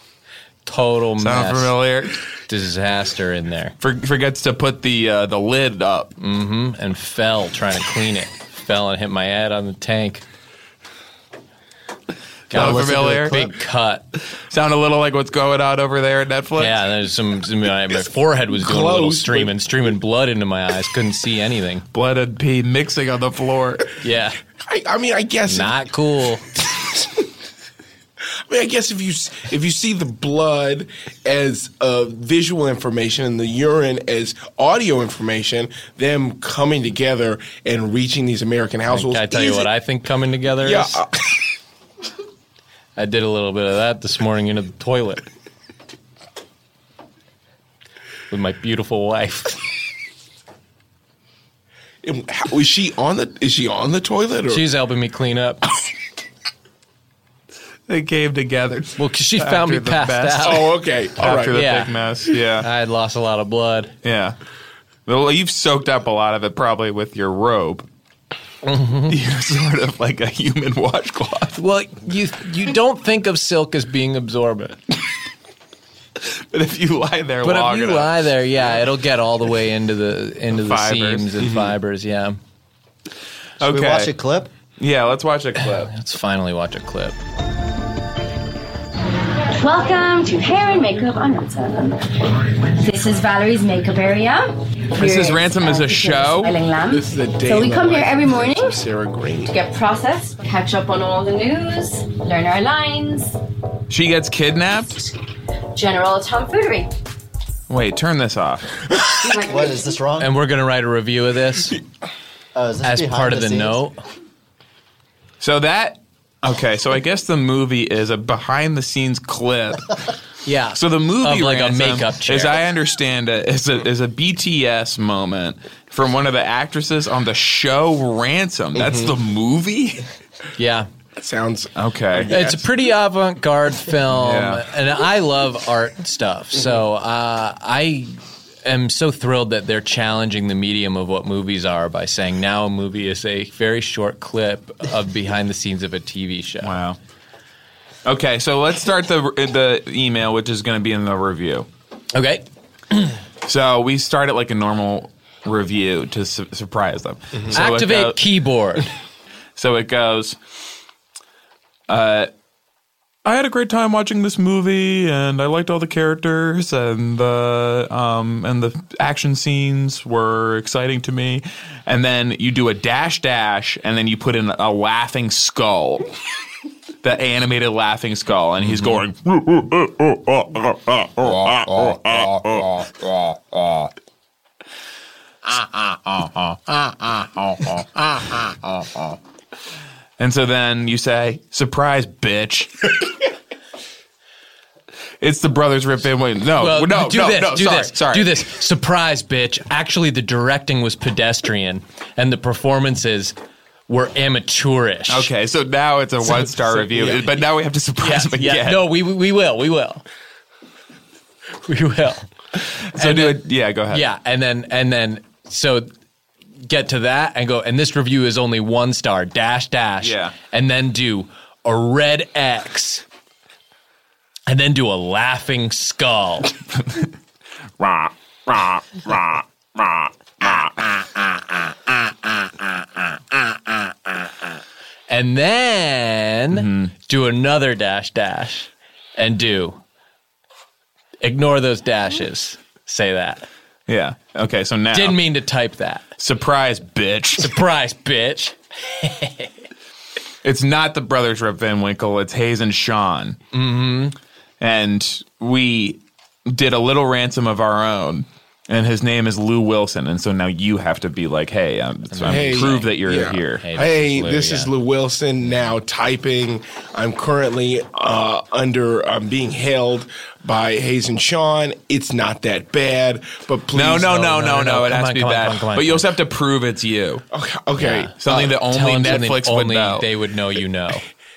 Speaker 3: [laughs] Total
Speaker 2: Sound
Speaker 3: mess.
Speaker 2: familiar?
Speaker 3: Disaster in there.
Speaker 2: For, forgets to put the uh, the lid up.
Speaker 3: and fell trying to clean it. fell and hit my head on the tank.
Speaker 2: Sound
Speaker 5: what's the good
Speaker 2: familiar?
Speaker 5: club?
Speaker 3: Big cut.
Speaker 2: Sound a little like what's going on over there at Netflix?
Speaker 3: Yeah, there's some. some- my, my forehead was doing a little
Speaker 4: close, but-
Speaker 3: streaming, streaming blood into my eyes. Couldn't see anything.
Speaker 2: Blood and pee mixing on the floor. [laughs]
Speaker 3: Yeah,
Speaker 4: I, I mean, I guess.
Speaker 3: not cool.
Speaker 4: I mean, I guess if you s- if you see the blood as uh, visual information and the urine as audio information, them coming together and reaching these American households.
Speaker 3: I tell you
Speaker 4: is-
Speaker 3: what, I think coming together
Speaker 4: Yeah,
Speaker 3: is.
Speaker 4: uh, [laughs]
Speaker 3: I did a little bit of that this morning into the toilet with my beautiful wife.
Speaker 4: and how- is she on the is she on the toilet or
Speaker 3: She's helping me clean up.
Speaker 2: They came together.
Speaker 3: Well, 'cause she found me
Speaker 2: After the
Speaker 3: passed
Speaker 2: best.
Speaker 3: out.
Speaker 4: Oh, okay. All right.
Speaker 2: after the
Speaker 3: yeah.
Speaker 2: big mess. Yeah.
Speaker 3: I had lost a lot of blood.
Speaker 2: Yeah. Well, you've soaked up a lot of it probably with your robe. [laughs] You're sort of like a human washcloth. [laughs]
Speaker 3: Well, you you don't think of silk as being absorbent,
Speaker 2: But if you lie there
Speaker 3: but
Speaker 2: long
Speaker 3: if you
Speaker 2: enough,
Speaker 3: lie there, yeah, it'll get all the way into the into the,
Speaker 2: Fibers. Mm-hmm.
Speaker 3: seams and fibers. Yeah,
Speaker 5: Should we
Speaker 2: okay.
Speaker 5: watch a clip?
Speaker 2: yeah, let's watch a clip.
Speaker 3: let's finally watch a clip.
Speaker 6: Welcome to Hair and Makeup on Ransom. This is Valerie's makeup area.
Speaker 2: This
Speaker 6: Here
Speaker 2: is Ransom is a
Speaker 6: Kitchen
Speaker 2: show?
Speaker 6: Smiling Lamb.
Speaker 4: This is the day.
Speaker 6: So we
Speaker 4: in the
Speaker 6: come here
Speaker 4: life
Speaker 6: every
Speaker 4: of
Speaker 6: morning to
Speaker 4: Sarah Green.
Speaker 6: get processed, catch up on all the news, learn our lines,
Speaker 2: She gets kidnapped.
Speaker 6: general tomfoolery.
Speaker 2: Wait, turn this off.
Speaker 5: What is this wrong?
Speaker 3: And we're gonna write a review
Speaker 2: [laughs]
Speaker 3: of this
Speaker 5: Oh, is this
Speaker 3: as
Speaker 5: behind
Speaker 3: part of the
Speaker 5: scenes?
Speaker 3: note.
Speaker 2: So that okay. So I guess the movie is a behind the scenes clip.
Speaker 3: Yeah.
Speaker 2: So the movie
Speaker 3: Of, like, a
Speaker 2: Ransom,
Speaker 3: makeup chair.
Speaker 2: as I understand it, is a is a BTS moment from one of the actresses on the show Ransom.
Speaker 3: Mm-hmm.
Speaker 2: That's the movie.
Speaker 3: yeah.
Speaker 4: That sounds.
Speaker 2: Okay.
Speaker 3: It's a pretty avant-garde film,
Speaker 2: Yeah. Mm-hmm.
Speaker 3: and I love art stuff. So uh, I am so thrilled that they're challenging the medium of what movies are by saying now a movie is a very short clip of behind the scenes of a TV show.
Speaker 2: Wow. Okay, so let's start the the email, which is going to be in the review.
Speaker 3: Okay.
Speaker 2: So we start it like a normal review to su- surprise them. So it
Speaker 3: Activate
Speaker 2: go- [laughs]
Speaker 3: keyboard.
Speaker 2: So it goes. Uh, I had a great time watching this movie, and I liked all the characters, and the um, and the action scenes were exciting to me. And then you do a dash dash, and then you put in a laughing skull, the animated laughing skull, and
Speaker 3: Mm-hmm.
Speaker 2: he's going. And so then you say, "Surprise,
Speaker 3: [laughs]
Speaker 2: bitch." It's the brothers Rip Van Winkle. No,
Speaker 3: Well,
Speaker 2: no,
Speaker 3: do
Speaker 2: no,
Speaker 3: this,
Speaker 2: no.
Speaker 3: do
Speaker 2: sorry,
Speaker 3: this,
Speaker 2: sorry.
Speaker 3: do this. Surprise, bitch! Actually, the directing was pedestrian, and the performances were amateurish.
Speaker 2: Okay, so now it's a one star review, but now we have to [laughs] surprise him again.
Speaker 3: No, we we will. We will. [laughs] We will.
Speaker 2: so do it. Yeah, go ahead.
Speaker 3: Yeah, and then and then so get to that and go. And this review is only one star. Dash dash.
Speaker 2: Yeah.
Speaker 3: And then do a red X. And then do a laughing skull.
Speaker 2: [laughs] Rah, rah, rah, rah.
Speaker 3: and then
Speaker 2: Mm-hmm.
Speaker 3: do another dash dash and do ignore those dashes say that
Speaker 2: Yeah. Okay, so now
Speaker 3: didn't mean to type that
Speaker 2: surprise, bitch.
Speaker 3: surprise bitch
Speaker 2: It's not the brothers Rip Van Winkle. It's Hayes and Sean. Mm-hmm. And we did a little ransom of our own. And his name is Lou Wilson, and so now you have to be like, "Hey, I'm, so I'm
Speaker 4: Hey,
Speaker 2: prove that you're
Speaker 4: yeah.
Speaker 2: here."
Speaker 3: Hey,
Speaker 4: Hey,
Speaker 3: Lou,
Speaker 4: this
Speaker 3: yeah.
Speaker 4: is Lou Wilson now typing. I'm currently uh, under, I'm being held by Hayes and Sean. It's not that bad, but please.
Speaker 2: No, no, no,
Speaker 3: No,
Speaker 2: no, no.
Speaker 3: no, no.
Speaker 2: It
Speaker 3: Come
Speaker 2: has
Speaker 3: on,
Speaker 2: to be
Speaker 3: come on,
Speaker 2: that.
Speaker 3: come on, come on. Uh,
Speaker 2: but you also have to prove it's you.
Speaker 4: Okay. okay.
Speaker 2: Something that only
Speaker 3: Tell 'em something
Speaker 2: Netflix would
Speaker 3: only
Speaker 2: know.
Speaker 3: they would know you know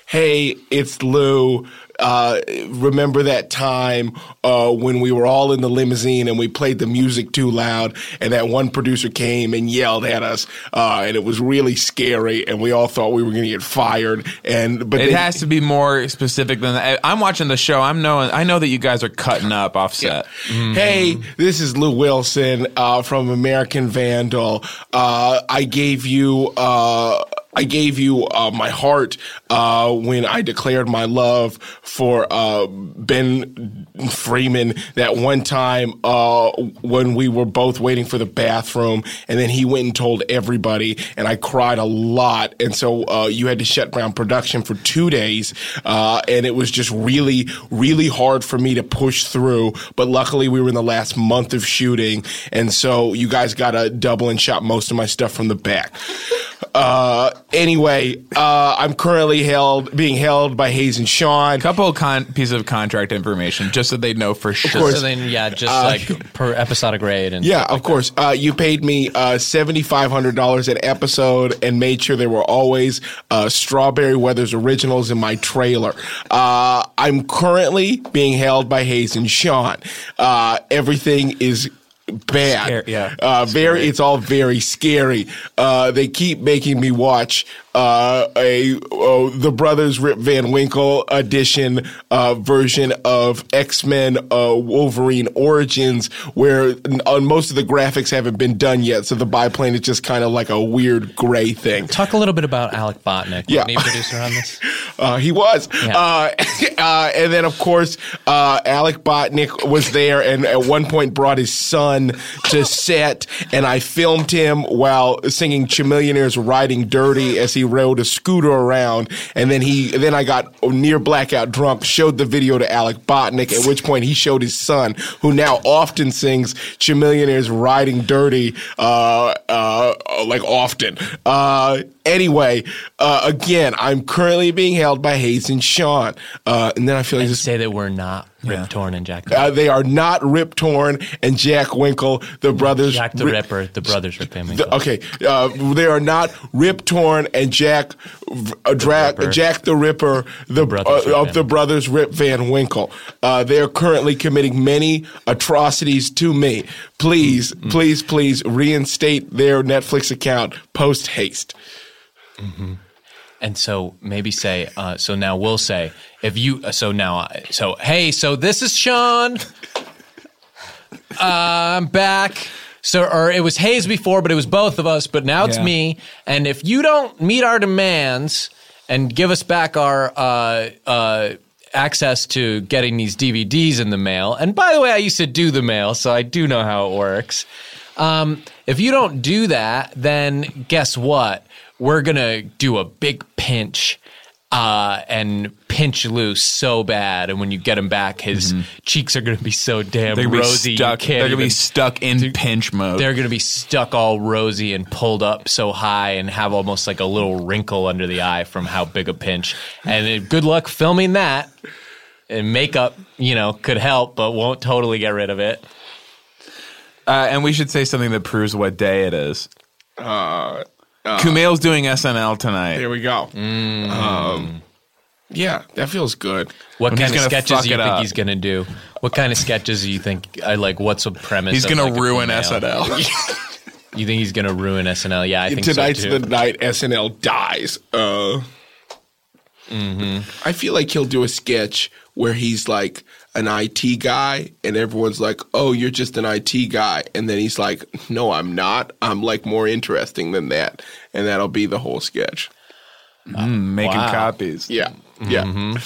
Speaker 4: hey, it's Lou. Uh, remember that time uh, when we were all in the limousine and we played the music too loud, and that one producer came and yelled at us, uh, and it was really scary, and we all thought we were going to get fired. And but
Speaker 2: It
Speaker 4: then-
Speaker 2: has to be more specific than that. I- I'm watching the show. I'm knowing. I know that you guys are cutting up offset.
Speaker 4: Hey, this is Lou Wilson uh, from American Vandal. Uh, I gave you uh, I gave you uh, my heart uh, when I declared my love for uh, Ben Freeman that one time uh, when we were both waiting for the bathroom, and then he went and told everybody, and I cried a lot. And so uh, you had to shut down production for two days, uh, and it was just really, really hard for me to push through. But luckily, we were in the last month of shooting, and so you guys got a double and shot most of my stuff from the back. Uh, anyway, uh, I'm currently held, being held by Hayes and Sean.
Speaker 2: Couple con- pieces of contract information, just so they know for sure.
Speaker 3: So then, yeah, just like per episodic grade and
Speaker 4: Yeah, of course. Uh, you paid me uh, seventy five hundred dollars an episode, and made sure there were always uh, Strawberry Weathers originals in my trailer. Uh, I'm currently being held by Hayes and Sean. Uh, everything is bad.
Speaker 2: Scary, yeah.
Speaker 4: Uh, very. It's all very scary. Uh, they keep making me watch uh, a oh, the brothers Rip Van Winkle edition uh, version of X Men uh, Wolverine Origins, where n- on most of the graphics haven't been done yet, so the biplane is just kind of like a weird gray thing.
Speaker 3: Talk a little bit about Alec Botnick.
Speaker 4: Yeah.
Speaker 3: Wasn't he a producer on this?
Speaker 4: Uh, he was.
Speaker 3: Yeah.
Speaker 4: Uh, [laughs] uh, and then, of course, uh, Alec Botnick was there and at one point brought his son to set. And I filmed him while singing Chamillionaires Riding Dirty as he rode a scooter around. And then he, then I got near blackout drunk, showed the video to Alec Botnick, at which point he showed his son, who now often sings Chamillionaires Riding Dirty, uh, uh, like often. Uh, anyway, uh, again, I'm currently being held by Hayes and Sean. Uh, and then I feel like
Speaker 3: Just
Speaker 4: this,
Speaker 3: say that we're not Rip Torn and Jack.
Speaker 4: uh, they are not Rip Torn and Jack Winkle, the brothers.
Speaker 3: Jack the
Speaker 4: Ri-
Speaker 3: Ripper, the brothers Rip Van Winkle.
Speaker 4: the- okay, uh, they are not Rip Torn and Jack, v- uh, Dra-
Speaker 3: Ripper.
Speaker 4: Jack the Ripper, the
Speaker 3: brothers
Speaker 4: uh,
Speaker 3: Rip
Speaker 4: of
Speaker 3: Van
Speaker 4: the
Speaker 3: Winkle.
Speaker 4: brothers Rip Van Winkle. Uh, they are currently committing many atrocities to me. Please,
Speaker 3: Mm-hmm.
Speaker 4: please, please reinstate their Netflix account post haste.
Speaker 3: And so maybe say, uh, so now we'll say, if you, uh, so now, I, so hey, so this is Sean. I'm back. So, or it was Hayes before, but it was both of us, but now it's
Speaker 2: Yeah.
Speaker 3: me. And if you don't meet our demands and give us back our uh, uh, access to getting these DVDs in the mail, and by the way, I used to do the mail, so I do know how it works. Um, if you don't do that, then guess what? We're going to do a big pinch uh, and pinch loose so bad. And when you get him back, his cheeks are going to be so damn
Speaker 2: Mm-hmm. They're gonna
Speaker 3: rosy.
Speaker 2: be
Speaker 3: you
Speaker 2: stuck.
Speaker 3: can't
Speaker 2: They're gonna be
Speaker 3: even-
Speaker 2: stuck in pinch mode.
Speaker 3: they're going to be stuck all rosy and pulled up so high and have almost like a little wrinkle under the eye from how big a pinch. And uh, good luck filming that. And makeup, you know, could help, but won't totally get rid of it.
Speaker 2: Uh, and we should say something that proves what day it is. Uh, Kumail's doing SNL tonight.
Speaker 4: There we go. Um,
Speaker 3: Mm.
Speaker 4: yeah, that feels good.
Speaker 3: What
Speaker 2: And he's
Speaker 3: kind of
Speaker 2: gonna
Speaker 3: sketches
Speaker 2: fuck
Speaker 3: do you
Speaker 2: it
Speaker 3: think
Speaker 2: up.
Speaker 3: he's going to do? What kind of sketches do you think? I like. What's a premise?
Speaker 2: He's
Speaker 3: of,
Speaker 2: gonna
Speaker 3: like, a
Speaker 2: ruin
Speaker 3: female? [laughs]
Speaker 2: SNL.
Speaker 3: You think he's going to ruin SNL? Yeah, I think
Speaker 4: Tonight's
Speaker 3: so too.
Speaker 4: the night SNL dies. Uh, I feel like he'll do a sketch where he's like an IT guy, and everyone's like, "Oh, you're just an IT guy," and then he's like, "No, I'm not. I'm like more interesting than that," and that'll be the whole sketch.
Speaker 2: Mm, making
Speaker 3: Wow.
Speaker 2: copies.
Speaker 4: Yeah, yeah.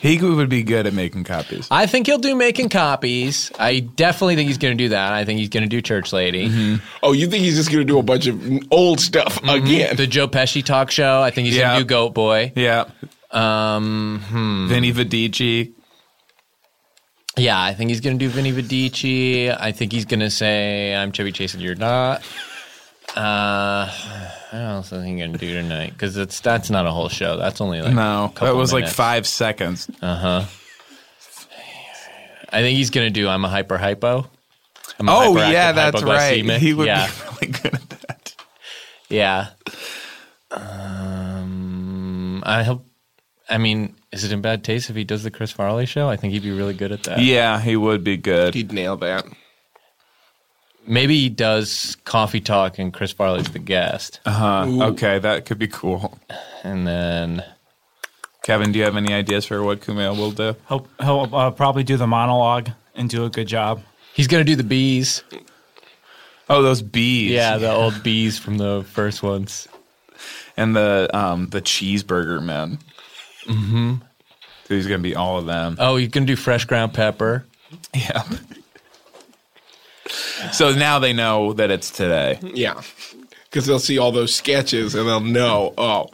Speaker 2: He would be good at making copies.
Speaker 3: I think he'll do making copies. I definitely think he's going to do that. I think he's going to do Church Lady,
Speaker 2: Mm-hmm.
Speaker 4: Oh, you think he's just gonna do a bunch of old stuff
Speaker 3: Mm-hmm.
Speaker 4: again?
Speaker 3: the Joe Pesci talk show. I think he's
Speaker 2: Yeah.
Speaker 3: going to do Goat Boy.
Speaker 2: Yeah. Um, Vinny Vidici.
Speaker 3: Yeah, I think he's going to do Vinny Vidici. I think he's going to say, I'm Chevy Chase and you're not. Uh, I don't think he's going to do tonight because it's that's not a whole show. That's only like
Speaker 2: No,
Speaker 3: a
Speaker 2: that
Speaker 3: couple
Speaker 2: was like
Speaker 3: minutes.
Speaker 2: five seconds.
Speaker 3: I think he's going to do I'm a hyper hypo. I'm a
Speaker 2: oh
Speaker 3: hyperactive
Speaker 2: yeah, that's right.
Speaker 3: hypoglycemic.
Speaker 2: He would
Speaker 3: yeah.
Speaker 2: be [laughs] really good at that.
Speaker 3: Yeah. Um, I hope. I mean, is it in bad taste if he does the Chris Farley show? I think he'd be really good at that.
Speaker 2: Yeah, he would be good.
Speaker 4: He'd nail that.
Speaker 3: Maybe he does coffee talk and Chris Farley's the guest.
Speaker 2: Uh, okay, that could be cool.
Speaker 3: And then
Speaker 2: Kevin, do you have any ideas for what Kumail will do?
Speaker 7: He'll, he'll uh, probably do the monologue and do a good job.
Speaker 3: he's going to do the bees.
Speaker 2: Oh, those bees.
Speaker 3: Yeah, the old bees from the first ones.
Speaker 2: and the um, the cheeseburger men. Mm-hmm. So he's gonna be all of them. [laughs]
Speaker 3: Oh, you can do fresh ground pepper.
Speaker 2: Yeah. so now they know that it's today.
Speaker 4: Yeah. Because they'll see all those sketches and they'll know, oh,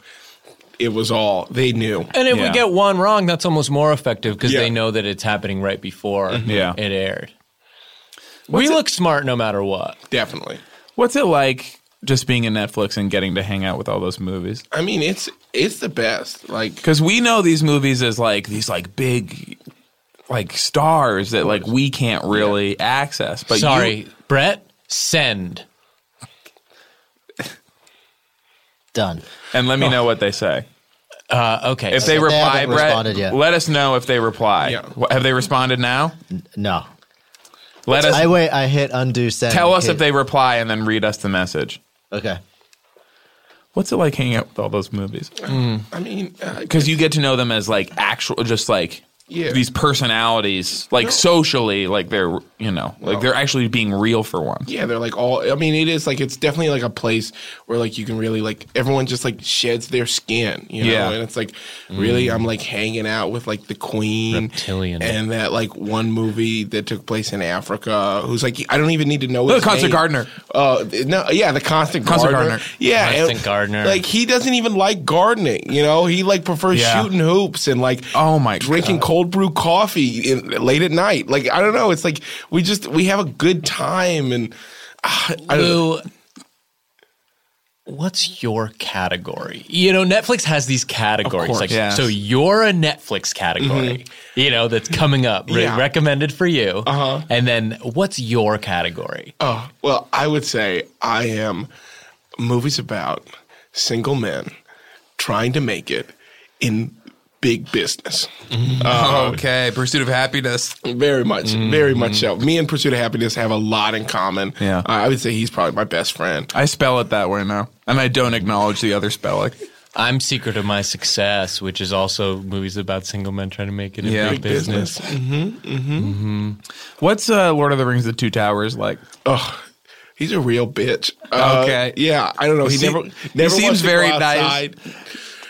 Speaker 4: it was all, they knew.
Speaker 3: And if we
Speaker 2: Yeah.
Speaker 3: get one wrong, that's almost more effective because
Speaker 4: Yeah.
Speaker 3: they know that it's happening right before
Speaker 2: Mm-hmm. Yeah.
Speaker 3: it aired. we look smart no matter what.
Speaker 2: Uh,
Speaker 4: Definitely.
Speaker 2: What's it like just being in Netflix and getting to hang out with all those movies?
Speaker 4: I mean, it's it's the best. Like,
Speaker 2: Because we know these movies as like these like big like stars that like we can't really access. But you-
Speaker 3: Sorry, Brett, send.
Speaker 5: Done.
Speaker 2: and let me know what they say.
Speaker 3: Uh, okay.
Speaker 2: If they
Speaker 5: They
Speaker 2: reply,
Speaker 5: haven't
Speaker 2: Brett,
Speaker 5: responded yet.
Speaker 2: let us know if they reply.
Speaker 4: Yeah.
Speaker 2: Wh- Have they responded now?
Speaker 5: No.
Speaker 2: Let us
Speaker 5: I wait. I hit undo send.
Speaker 2: tell us
Speaker 5: Hit-
Speaker 2: if they reply and then read us the message.
Speaker 5: Okay.
Speaker 2: What's it like hanging out with all those movies?
Speaker 4: I mean, uh,
Speaker 2: Because you get to know them as like actual, just like
Speaker 4: Yeah.
Speaker 2: these personalities, like socially, like they're you know, like they're actually being real for once.
Speaker 4: yeah, they're like all. I mean, it is like it's definitely like a place where like you can really like everyone just like sheds their skin, you know.
Speaker 2: Yeah. Mm.
Speaker 4: And it's like really, I'm like hanging out with like the Queen
Speaker 3: Reptilian.
Speaker 4: and that like one movie that took place in Africa. Who's like I don't even need to know
Speaker 2: The
Speaker 4: his
Speaker 2: Concert
Speaker 4: name.
Speaker 2: Gardener.
Speaker 4: Uh, no, yeah, the Constant,
Speaker 2: Constant
Speaker 4: Gardener.
Speaker 2: Gardener.
Speaker 4: Yeah,
Speaker 3: Constant
Speaker 4: and,
Speaker 3: Gardener.
Speaker 4: Like he doesn't even like gardening, you know. He like prefers
Speaker 2: Yeah.
Speaker 4: shooting hoops and like
Speaker 2: Oh my
Speaker 4: drinking cold brew coffee in, late at night. Like I don't know. It's like we just we have a good time and. ah, I don't know.
Speaker 3: Lou, what's your category? You know, Netflix has these categories.
Speaker 4: course, Mm-hmm.
Speaker 3: like,
Speaker 2: yes.
Speaker 3: so you're a Netflix category. You know, that's coming up, re-
Speaker 4: Yeah.
Speaker 3: recommended for you. Uh-huh. And then, what's your category?
Speaker 4: Oh, well, I would say I am movies about single men trying to make it in big business.
Speaker 2: Mm-hmm. Okay, Pursuit of Happiness.
Speaker 4: Very much,
Speaker 2: Mm-hmm.
Speaker 4: very much so. Me and Pursuit of Happiness have a lot in common.
Speaker 2: Yeah.
Speaker 4: Uh, I would say he's probably my best friend.
Speaker 2: I spell it that way now, and I don't acknowledge the other spelling.
Speaker 3: I'm Secret of My Success, which is also movies about single men trying to make it in
Speaker 2: Yeah.
Speaker 3: big
Speaker 2: Big
Speaker 3: business.
Speaker 2: What's uh, Lord of the Rings: The Two Towers like?
Speaker 4: Oh, he's a real bitch. Uh,
Speaker 2: Okay.
Speaker 4: Yeah, I don't know. He
Speaker 2: Se-
Speaker 4: never,
Speaker 2: he
Speaker 4: never
Speaker 2: seems
Speaker 4: wants to go
Speaker 2: very nice.
Speaker 4: outside.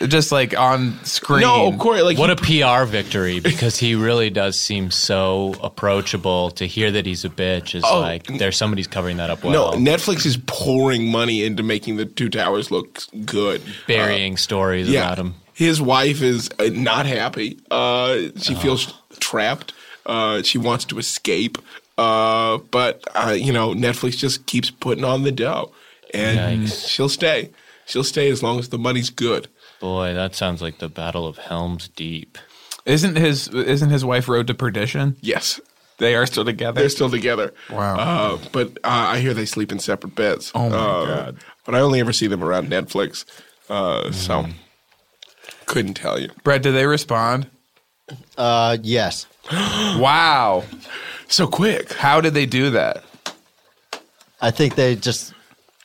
Speaker 2: Just like on screen.
Speaker 4: No, of course. Like
Speaker 3: What a PR victory because he really does seem so approachable. To hear that he's a bitch is like there's somebody's covering that up
Speaker 4: Oh, no,
Speaker 3: well.
Speaker 4: Netflix is pouring money into making the two towers look good.
Speaker 3: burying stories about him.
Speaker 4: His wife is uh, not happy. Uh,
Speaker 2: Oh.
Speaker 4: she feels trapped. Uh, she wants to escape. Uh, but, uh, you know, Netflix just keeps putting on the dough. And she'll stay. She'll stay as long as the money's good.
Speaker 3: Boy, that sounds like the Battle of Helm's Deep.
Speaker 2: Isn't his isn't his wife Road to Perdition?
Speaker 4: Yes.
Speaker 2: They are still together.
Speaker 4: They're still together.
Speaker 2: Wow.
Speaker 4: Uh, but uh, I hear they sleep in separate beds.
Speaker 2: Oh, my
Speaker 4: Uh,
Speaker 2: God. Mm.
Speaker 4: But I only ever see them around Netflix. Uh, So couldn't tell you.
Speaker 2: Brett, did they respond?
Speaker 5: Uh, yes.
Speaker 2: Wow.
Speaker 4: So quick.
Speaker 2: How did they do that?
Speaker 5: I think they just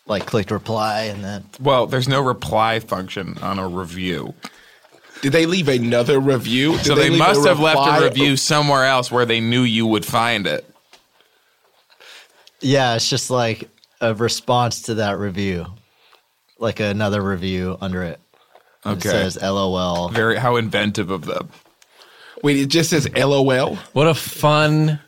Speaker 5: like clicked reply and then
Speaker 2: Well, there's no reply function on a review.
Speaker 4: Did they leave another review? Did
Speaker 2: so they,
Speaker 4: leave a
Speaker 2: must have left
Speaker 4: reply?
Speaker 2: a review somewhere else where they knew you would find it.
Speaker 5: yeah, it's just like a response to that review, like another review under it. It
Speaker 2: Okay.
Speaker 5: says LOL.
Speaker 2: Very how inventive of them.
Speaker 4: Wait, it just says LOL.
Speaker 3: What a fun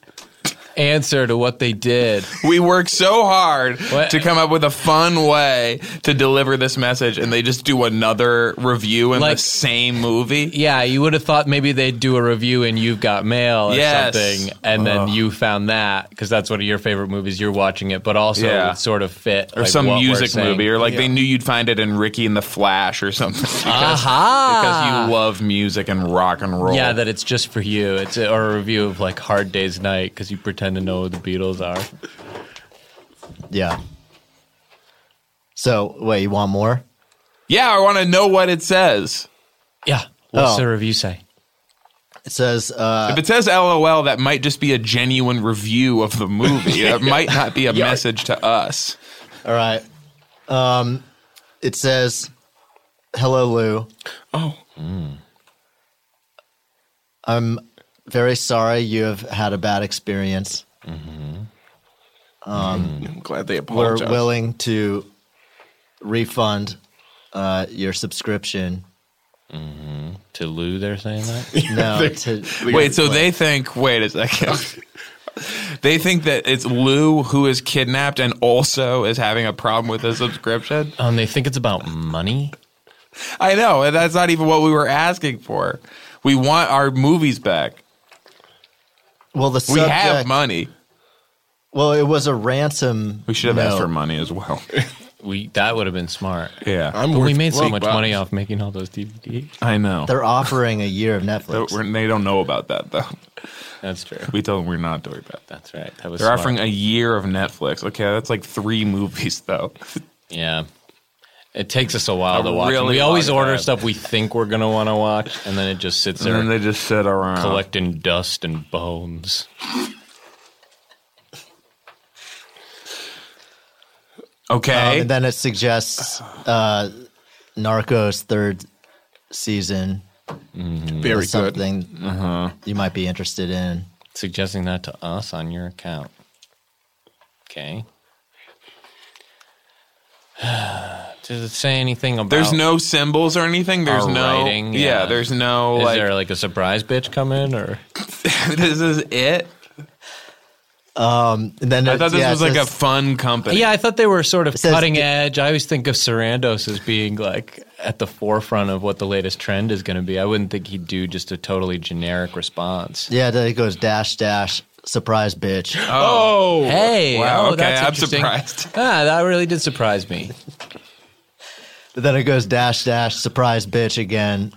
Speaker 3: answer to what they did.
Speaker 2: We work so hard
Speaker 3: What?
Speaker 2: to come up with a fun way to deliver this message and they just do another review in the
Speaker 3: Like-
Speaker 2: same movie.
Speaker 3: Yeah, you would have thought maybe they'd do a review and You've Got Mail or
Speaker 2: Yes.
Speaker 3: something, and then you found that because that's one of your favorite movies. You're watching it, but also
Speaker 2: Yeah.
Speaker 3: it sort of fit
Speaker 2: Or some music movie, or like they knew you'd find it in Ricky and the Flash or something. [laughs] Because, because you love music and rock and roll.
Speaker 3: Ah. Yeah, that it's just for you. It's a, or a review of like Hard Day's Night because you pretend to know who the Beatles are.
Speaker 5: Yeah. So wait, you want more?
Speaker 2: yeah, I want to know what it says.
Speaker 3: Yeah, what's
Speaker 5: Oh.
Speaker 3: the review say?
Speaker 5: It says uh,
Speaker 2: If it says LOL, that might just be a genuine review of the
Speaker 5: [laughs]
Speaker 2: movie. That might not be a message to us.
Speaker 5: all right. Um, it says hello Lou.
Speaker 4: Oh,
Speaker 5: Very sorry you have had a bad experience.
Speaker 4: I'm glad they
Speaker 5: We're
Speaker 4: apologized.
Speaker 5: willing to refund uh,
Speaker 2: [laughs]
Speaker 5: your subscription.
Speaker 3: To Lou, they're saying that.
Speaker 5: No, to,
Speaker 2: Wait, so they think. Wait a second. they think that it's Lou who is kidnapped and also is having a problem with a subscription.
Speaker 5: Uh-huh.
Speaker 3: um, they think it's about money.
Speaker 2: I know, and that's not even what we were asking for. We want our movies back.
Speaker 5: well, the
Speaker 2: We
Speaker 5: subject,
Speaker 2: have money.
Speaker 5: Well, it was a ransom.
Speaker 2: We should have asked
Speaker 5: note.
Speaker 2: for money as
Speaker 5: [laughs]
Speaker 2: well.
Speaker 3: We that would have been smart.
Speaker 2: yeah,
Speaker 4: I'm
Speaker 3: But we
Speaker 4: worth
Speaker 3: made so
Speaker 4: big
Speaker 3: much
Speaker 4: bucks.
Speaker 3: money off making all those DVDs.
Speaker 2: I know.
Speaker 5: They're offering a year
Speaker 2: [laughs]
Speaker 5: of
Speaker 2: But
Speaker 5: Netflix.
Speaker 2: we're- they don't know about that though.
Speaker 3: That's true.
Speaker 2: We told them we're not doing that.
Speaker 3: That's right. That was
Speaker 2: They're
Speaker 3: smart.
Speaker 2: offering a year of Netflix. Okay, that's like three [laughs] movies though.
Speaker 3: Yeah. It takes us a while
Speaker 2: A
Speaker 3: to watch.
Speaker 2: really
Speaker 3: we always
Speaker 2: long
Speaker 3: order
Speaker 2: time.
Speaker 3: stuff we think we're going to want to watch, and then it just sits
Speaker 2: and
Speaker 3: there
Speaker 2: then they just sit around.
Speaker 3: [laughs] collecting dust and bones.
Speaker 5: Um,
Speaker 2: okay,
Speaker 5: and then it suggests uh, Narcos third season.
Speaker 4: Very
Speaker 5: is
Speaker 4: good.
Speaker 5: something
Speaker 2: Uh-huh.
Speaker 5: you might be interested in.
Speaker 3: Suggesting that to us on your account. Okay. [sighs] Does it say anything about
Speaker 2: there's no symbols or anything. There's
Speaker 3: Our
Speaker 2: no
Speaker 3: writing,
Speaker 2: yeah.
Speaker 3: yeah.
Speaker 2: There's no
Speaker 3: Is
Speaker 2: like
Speaker 3: there like a surprise bitch coming or
Speaker 2: [laughs] this is it.
Speaker 5: And then
Speaker 2: I
Speaker 5: it-
Speaker 2: thought this
Speaker 5: yeah, it
Speaker 2: was like a
Speaker 5: says-
Speaker 2: fun company.
Speaker 3: Yeah, I thought they were sort of
Speaker 5: says-
Speaker 3: cutting edge. I always think of Sarandos as being like at the forefront of what the latest trend is going to be. I wouldn't think he'd do just a totally generic response.
Speaker 5: yeah. Then it goes dash dash surprise bitch.
Speaker 2: Oh,
Speaker 3: Hey,
Speaker 2: Wow,
Speaker 3: oh,
Speaker 2: okay,
Speaker 3: that's
Speaker 2: I'm
Speaker 3: interesting.
Speaker 2: surprised.
Speaker 3: [laughs] Ah, that really did surprise me.
Speaker 5: then it goes dash dash surprise bitch again.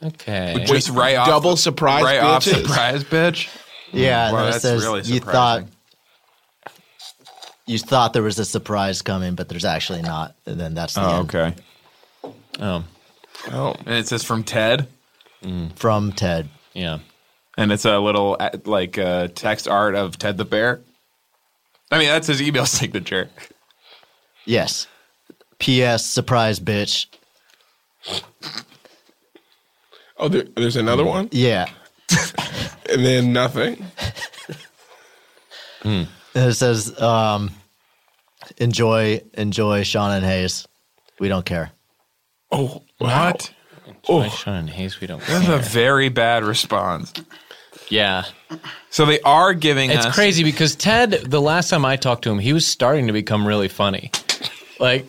Speaker 3: Okay.
Speaker 2: just right off
Speaker 4: double surprise
Speaker 2: right off
Speaker 4: bitches.
Speaker 2: surprise bitch.
Speaker 5: Yeah, and
Speaker 2: Wow, Hmm.
Speaker 5: then it
Speaker 2: that's
Speaker 5: says
Speaker 2: really
Speaker 5: you thought
Speaker 2: surprising.
Speaker 5: you thought there was a surprise coming, but there's actually not. And then that's the end
Speaker 2: Oh, okay.
Speaker 3: Oh,
Speaker 2: Oh, and it says from Ted.
Speaker 5: from Ted.
Speaker 3: yeah.
Speaker 2: and it's a little uh, like uh, text art of Ted the Bear. I mean, that's his email [laughs] signature.
Speaker 5: Yes. P.S. Surprise bitch.
Speaker 4: Oh, there, there's another one,
Speaker 5: Yeah.
Speaker 4: and then nothing.
Speaker 5: And it says, um, enjoy, enjoy Sean and Hayes. We don't care.
Speaker 4: Oh, wow.
Speaker 2: What?
Speaker 3: Oh. Sean and Hayes, we don't [laughs]
Speaker 2: That's a
Speaker 3: care.
Speaker 2: very bad response.
Speaker 3: Yeah.
Speaker 2: So they are giving
Speaker 3: It's
Speaker 2: us-
Speaker 3: crazy because Ted, the last time I talked to him, he was starting to become really funny. Like,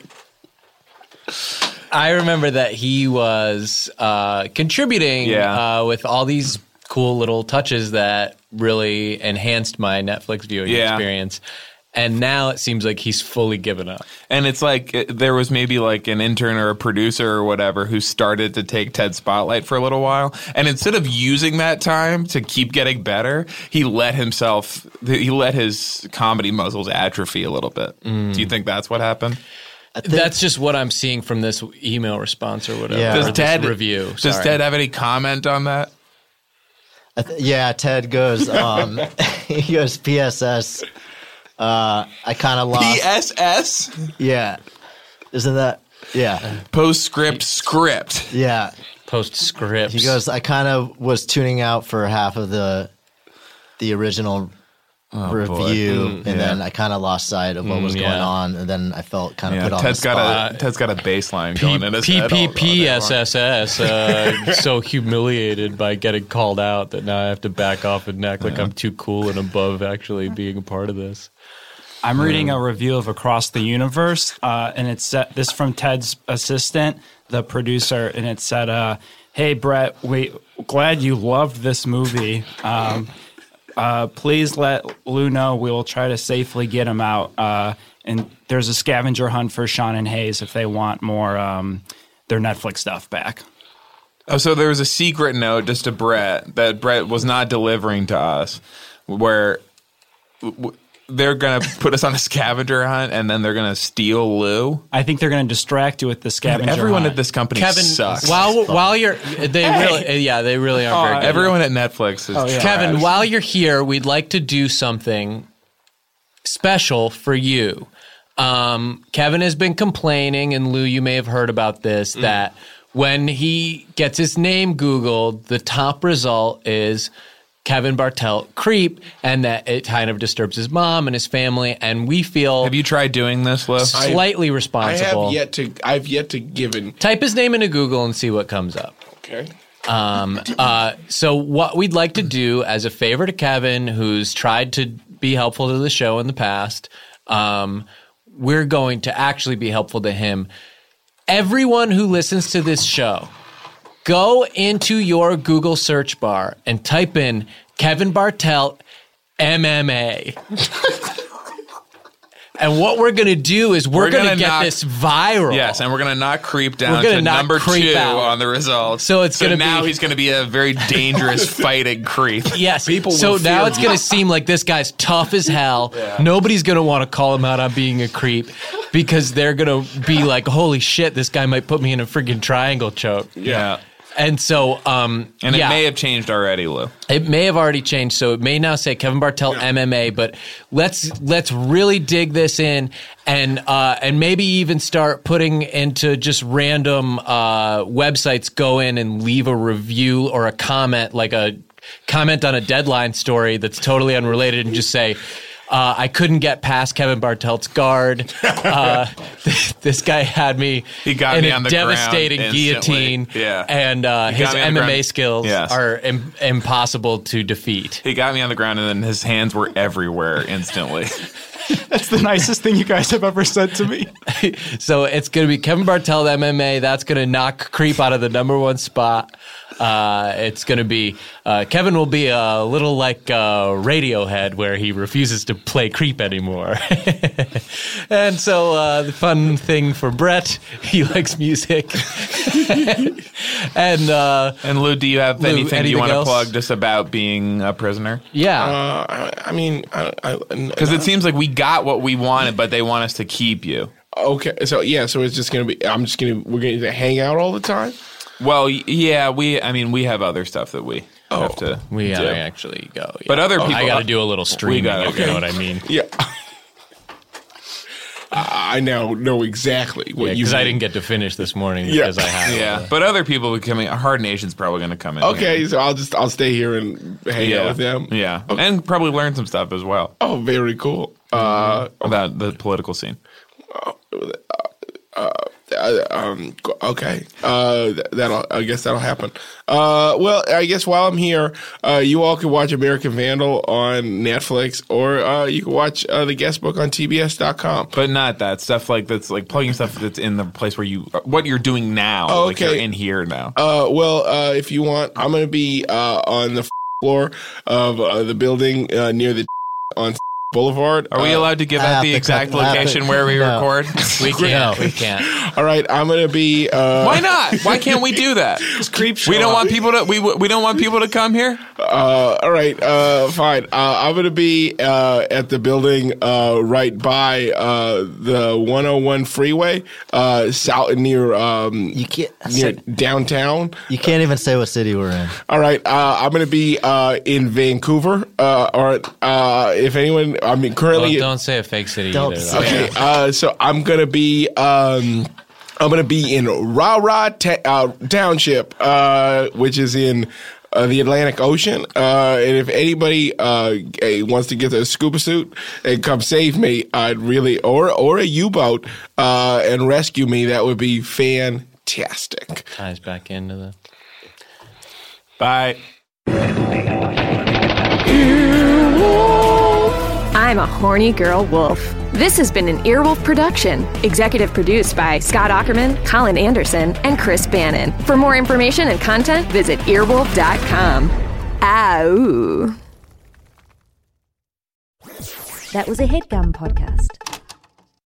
Speaker 3: I remember that he was uh, contributing
Speaker 2: Yeah.
Speaker 3: uh, with all these cool little touches that really enhanced my Netflix viewing
Speaker 2: Yeah.
Speaker 3: experience. And now it seems like he's fully given up.
Speaker 2: and it's like uh, there was maybe like an intern or a producer or whatever who started to take Ted's spotlight for a little while, and instead of using that time to keep getting better, he let himself he let his comedy muscles atrophy a little bit. Do you think that's what happened?
Speaker 3: That's just what I'm seeing from this email response or whatever.
Speaker 5: Yeah.
Speaker 3: or
Speaker 2: Does
Speaker 3: this
Speaker 2: Ted
Speaker 3: review?
Speaker 2: Does
Speaker 3: sorry.
Speaker 2: Ted have any comment on that?
Speaker 5: I th- yeah. Ted goes, um, [laughs] he goes, P.S.S. Uh, I kind of lost.
Speaker 2: PSS.
Speaker 5: yeah. Isn't that? Yeah.
Speaker 2: postscript script.
Speaker 5: Yeah.
Speaker 3: post scripts?
Speaker 5: He goes, I kind of was tuning out for half of the, the original review. and then I kind of lost sight of what was going
Speaker 3: yeah.
Speaker 5: on. And then I felt kind of
Speaker 2: Yeah,
Speaker 5: put on
Speaker 2: Ted's
Speaker 5: the spot.
Speaker 2: got a Ted's got a baseline
Speaker 3: P-
Speaker 2: going in his head all- all day long.
Speaker 3: PPPSSS.
Speaker 2: [laughs]
Speaker 3: Uh, so humiliated by getting called out that now I have to back off and act like I'm too cool and above actually being a part of this.
Speaker 7: I'm reading a review of Across the Universe, uh, and it said this from Ted's assistant, the producer, and it said, uh, "Hey Brett, we glad you loved this movie. Um, uh, please let Lou know we will try to safely get him out. Uh, and there's a scavenger hunt for Sean and Hayes if they want more um, their Netflix stuff back."
Speaker 2: Oh, so there was a secret note just to Brett that Brett was not delivering to us, where w- w- they're gonna put us on a scavenger hunt and then they're gonna steal Lou.
Speaker 7: I think they're going to distract you with the scavenger.
Speaker 2: Everyone
Speaker 7: hunt.
Speaker 2: at this company
Speaker 3: Kevin,
Speaker 2: sucks.
Speaker 3: while while you're they really yeah they really aren't very good.
Speaker 2: Everyone at Netflix is
Speaker 7: Oh, yeah.
Speaker 2: trash.
Speaker 3: Kevin, while you're here, we'd like to do something special for you. Um, Kevin has been complaining, and Lou, you may have heard about
Speaker 2: Mm.
Speaker 3: this, that when he gets his name Googled, the top result is
Speaker 8: Kevin Bartel creep and that it kind of disturbs his mom and his family. And we feel
Speaker 2: Have you tried doing this, Liv?
Speaker 8: slightly
Speaker 4: I
Speaker 8: responsible.
Speaker 4: have yet to. I've yet to given.
Speaker 8: Type his name into Google and see what comes up.
Speaker 4: Okay.
Speaker 8: Um, uh, so what we'd like to do as a favor to Kevin, who's tried to be helpful to the show in the past, um, we're going to actually be helpful to him. Everyone who listens to this show, go into your Google search bar and type in Kevin Bartelt MMA. [laughs] and what we're going to do is we're,
Speaker 2: We're
Speaker 8: going
Speaker 2: gonna
Speaker 8: to get
Speaker 2: knock-
Speaker 8: this viral.
Speaker 2: Yes, and we're gonna not creep down
Speaker 8: gonna
Speaker 2: to
Speaker 8: not
Speaker 2: number
Speaker 8: creep
Speaker 2: two
Speaker 8: out.
Speaker 2: on the results.
Speaker 8: So it's gonna
Speaker 2: now
Speaker 8: be-
Speaker 2: he's gonna be a very
Speaker 8: [laughs]
Speaker 2: dangerous fighting creep.
Speaker 8: Yes.
Speaker 4: People
Speaker 8: so
Speaker 4: will
Speaker 8: now
Speaker 4: fear
Speaker 8: it's
Speaker 4: you.
Speaker 8: going to seem like this guy's tough as hell. Nobody's going to want to call him out on being a creep because they're going to be like, holy shit, this guy might put me in a freaking triangle choke.
Speaker 2: Yeah.
Speaker 8: And so, um,
Speaker 2: And
Speaker 8: yeah,
Speaker 2: it may have changed already, Lou.
Speaker 8: it may have already changed. So it may now say Kevin Bartel MMA, but let's let's really dig this in and uh, and maybe even start putting into just random uh, websites. Go in and leave a review or a comment, like a comment on a deadline story that's totally unrelated, and just say. Uh, I couldn't get past Kevin Bartelt's guard.
Speaker 2: [laughs]
Speaker 8: Uh, this guy had me
Speaker 2: He got
Speaker 8: in
Speaker 2: me
Speaker 8: a
Speaker 2: on the ground
Speaker 8: devastating
Speaker 2: instantly.
Speaker 8: guillotine,
Speaker 2: Yeah.
Speaker 8: and uh,
Speaker 2: He got
Speaker 8: his
Speaker 2: me on the
Speaker 8: MMA
Speaker 2: ground.
Speaker 8: skills
Speaker 2: Yes.
Speaker 8: are im- impossible to defeat.
Speaker 2: He got me on the ground and then his hands were everywhere instantly.
Speaker 7: [laughs] That's the nicest thing you guys have ever said to me.
Speaker 8: So it's going to be Kevin Bartel MMA. That's going to knock creep out of the number one spot. Uh, it's going to be uh, Kevin will be a little like uh, Radiohead, where he refuses to play creep anymore. [laughs] and so uh, the fun thing for Brett, he [laughs] likes music. and uh,
Speaker 2: and Lou, do you have
Speaker 8: Lou,
Speaker 2: anything, you
Speaker 8: anything
Speaker 2: want to
Speaker 8: else?
Speaker 2: plug just about being a prisoner?
Speaker 8: yeah.
Speaker 4: Uh, I, I mean, I, I,
Speaker 2: Because it seems like we got what we wanted, but they want us to keep you.
Speaker 4: okay. So yeah. So it's just gonna be. I'm just gonna. We're gonna hang out all the time.
Speaker 2: Well, y- yeah, we. I mean, we have other stuff that we
Speaker 4: Oh,
Speaker 2: have to.
Speaker 8: we
Speaker 2: do.
Speaker 8: gotta actually go. yeah. Oh,
Speaker 2: But other people,
Speaker 8: I got to do a little streaming.
Speaker 2: gotta-
Speaker 8: if You know what I mean?
Speaker 4: Yeah. [laughs] I I now know exactly what you.
Speaker 8: because I
Speaker 4: mean.
Speaker 8: didn't get to finish this morning
Speaker 4: Yeah.
Speaker 8: because I had
Speaker 2: Yeah, but other people becoming hard nation's probably going to come in.
Speaker 4: Okay, so I'll just I'll stay here and hang
Speaker 2: yeah,
Speaker 4: out with them.
Speaker 2: yeah,
Speaker 4: Okay.
Speaker 2: and probably learn some stuff as well
Speaker 4: Oh, very cool. Uh,
Speaker 2: about the political scene.
Speaker 4: uh, um, g- okay. Uh, th- that'll I guess that'll happen. Uh, well, I guess while I'm here, uh, you all can watch American Vandal on Netflix, or uh, you can watch uh, the guest book on TBS.com.
Speaker 2: But not that stuff like that's like plugging stuff that's in the place where you what you're doing now.
Speaker 4: Oh,
Speaker 2: like you're
Speaker 4: okay.
Speaker 2: in here now.
Speaker 4: Uh, well, uh, if you want, I'm going to be uh, on the floor of uh, the building uh, near the on Boulevard.
Speaker 2: Are we
Speaker 4: Uh,
Speaker 2: allowed to give
Speaker 5: I
Speaker 2: out
Speaker 5: have
Speaker 2: the
Speaker 5: to
Speaker 2: exact
Speaker 5: cut- I have to-
Speaker 2: location where we
Speaker 5: no.
Speaker 2: record?
Speaker 8: [laughs] We can't.
Speaker 4: [laughs]
Speaker 8: We can't.
Speaker 4: All right, I'm going to be. Uh,
Speaker 2: Why not? Why can't we do that?
Speaker 4: Creep
Speaker 2: We don't want people to we we don't want people to come here.
Speaker 4: Uh, all right, uh, fine. Uh, I'm going to be uh, at the building uh, right by uh, the 101 freeway, uh, south near um,
Speaker 5: You can't.
Speaker 4: near downtown.
Speaker 5: You can't even say what city we're in.
Speaker 4: All right, uh, I'm going to be uh, in Vancouver. Uh, or uh, if anyone, I mean,
Speaker 8: Well,
Speaker 4: currently,
Speaker 8: don't say a fake city
Speaker 5: Don't
Speaker 8: either.
Speaker 5: say-
Speaker 8: though.
Speaker 4: Okay, uh, so I'm gonna be um, I'm gonna be in Ra Ra ta- uh, Township, uh, which is in. Uh, the Atlantic Ocean, uh, and if anybody uh, eh, wants to get a scuba suit and come save me, I'd really or or a U boat uh, and rescue me. That would be fantastic.
Speaker 8: Ties back into the.
Speaker 2: Bye.
Speaker 1: I'm a horny girl wolf. This has been an Earwolf production, executive produced by Scott Ackerman, Colin Anderson, and Chris Bannon. For more information and content, visit earwolf.com. Ow.
Speaker 9: That was a headgum podcast.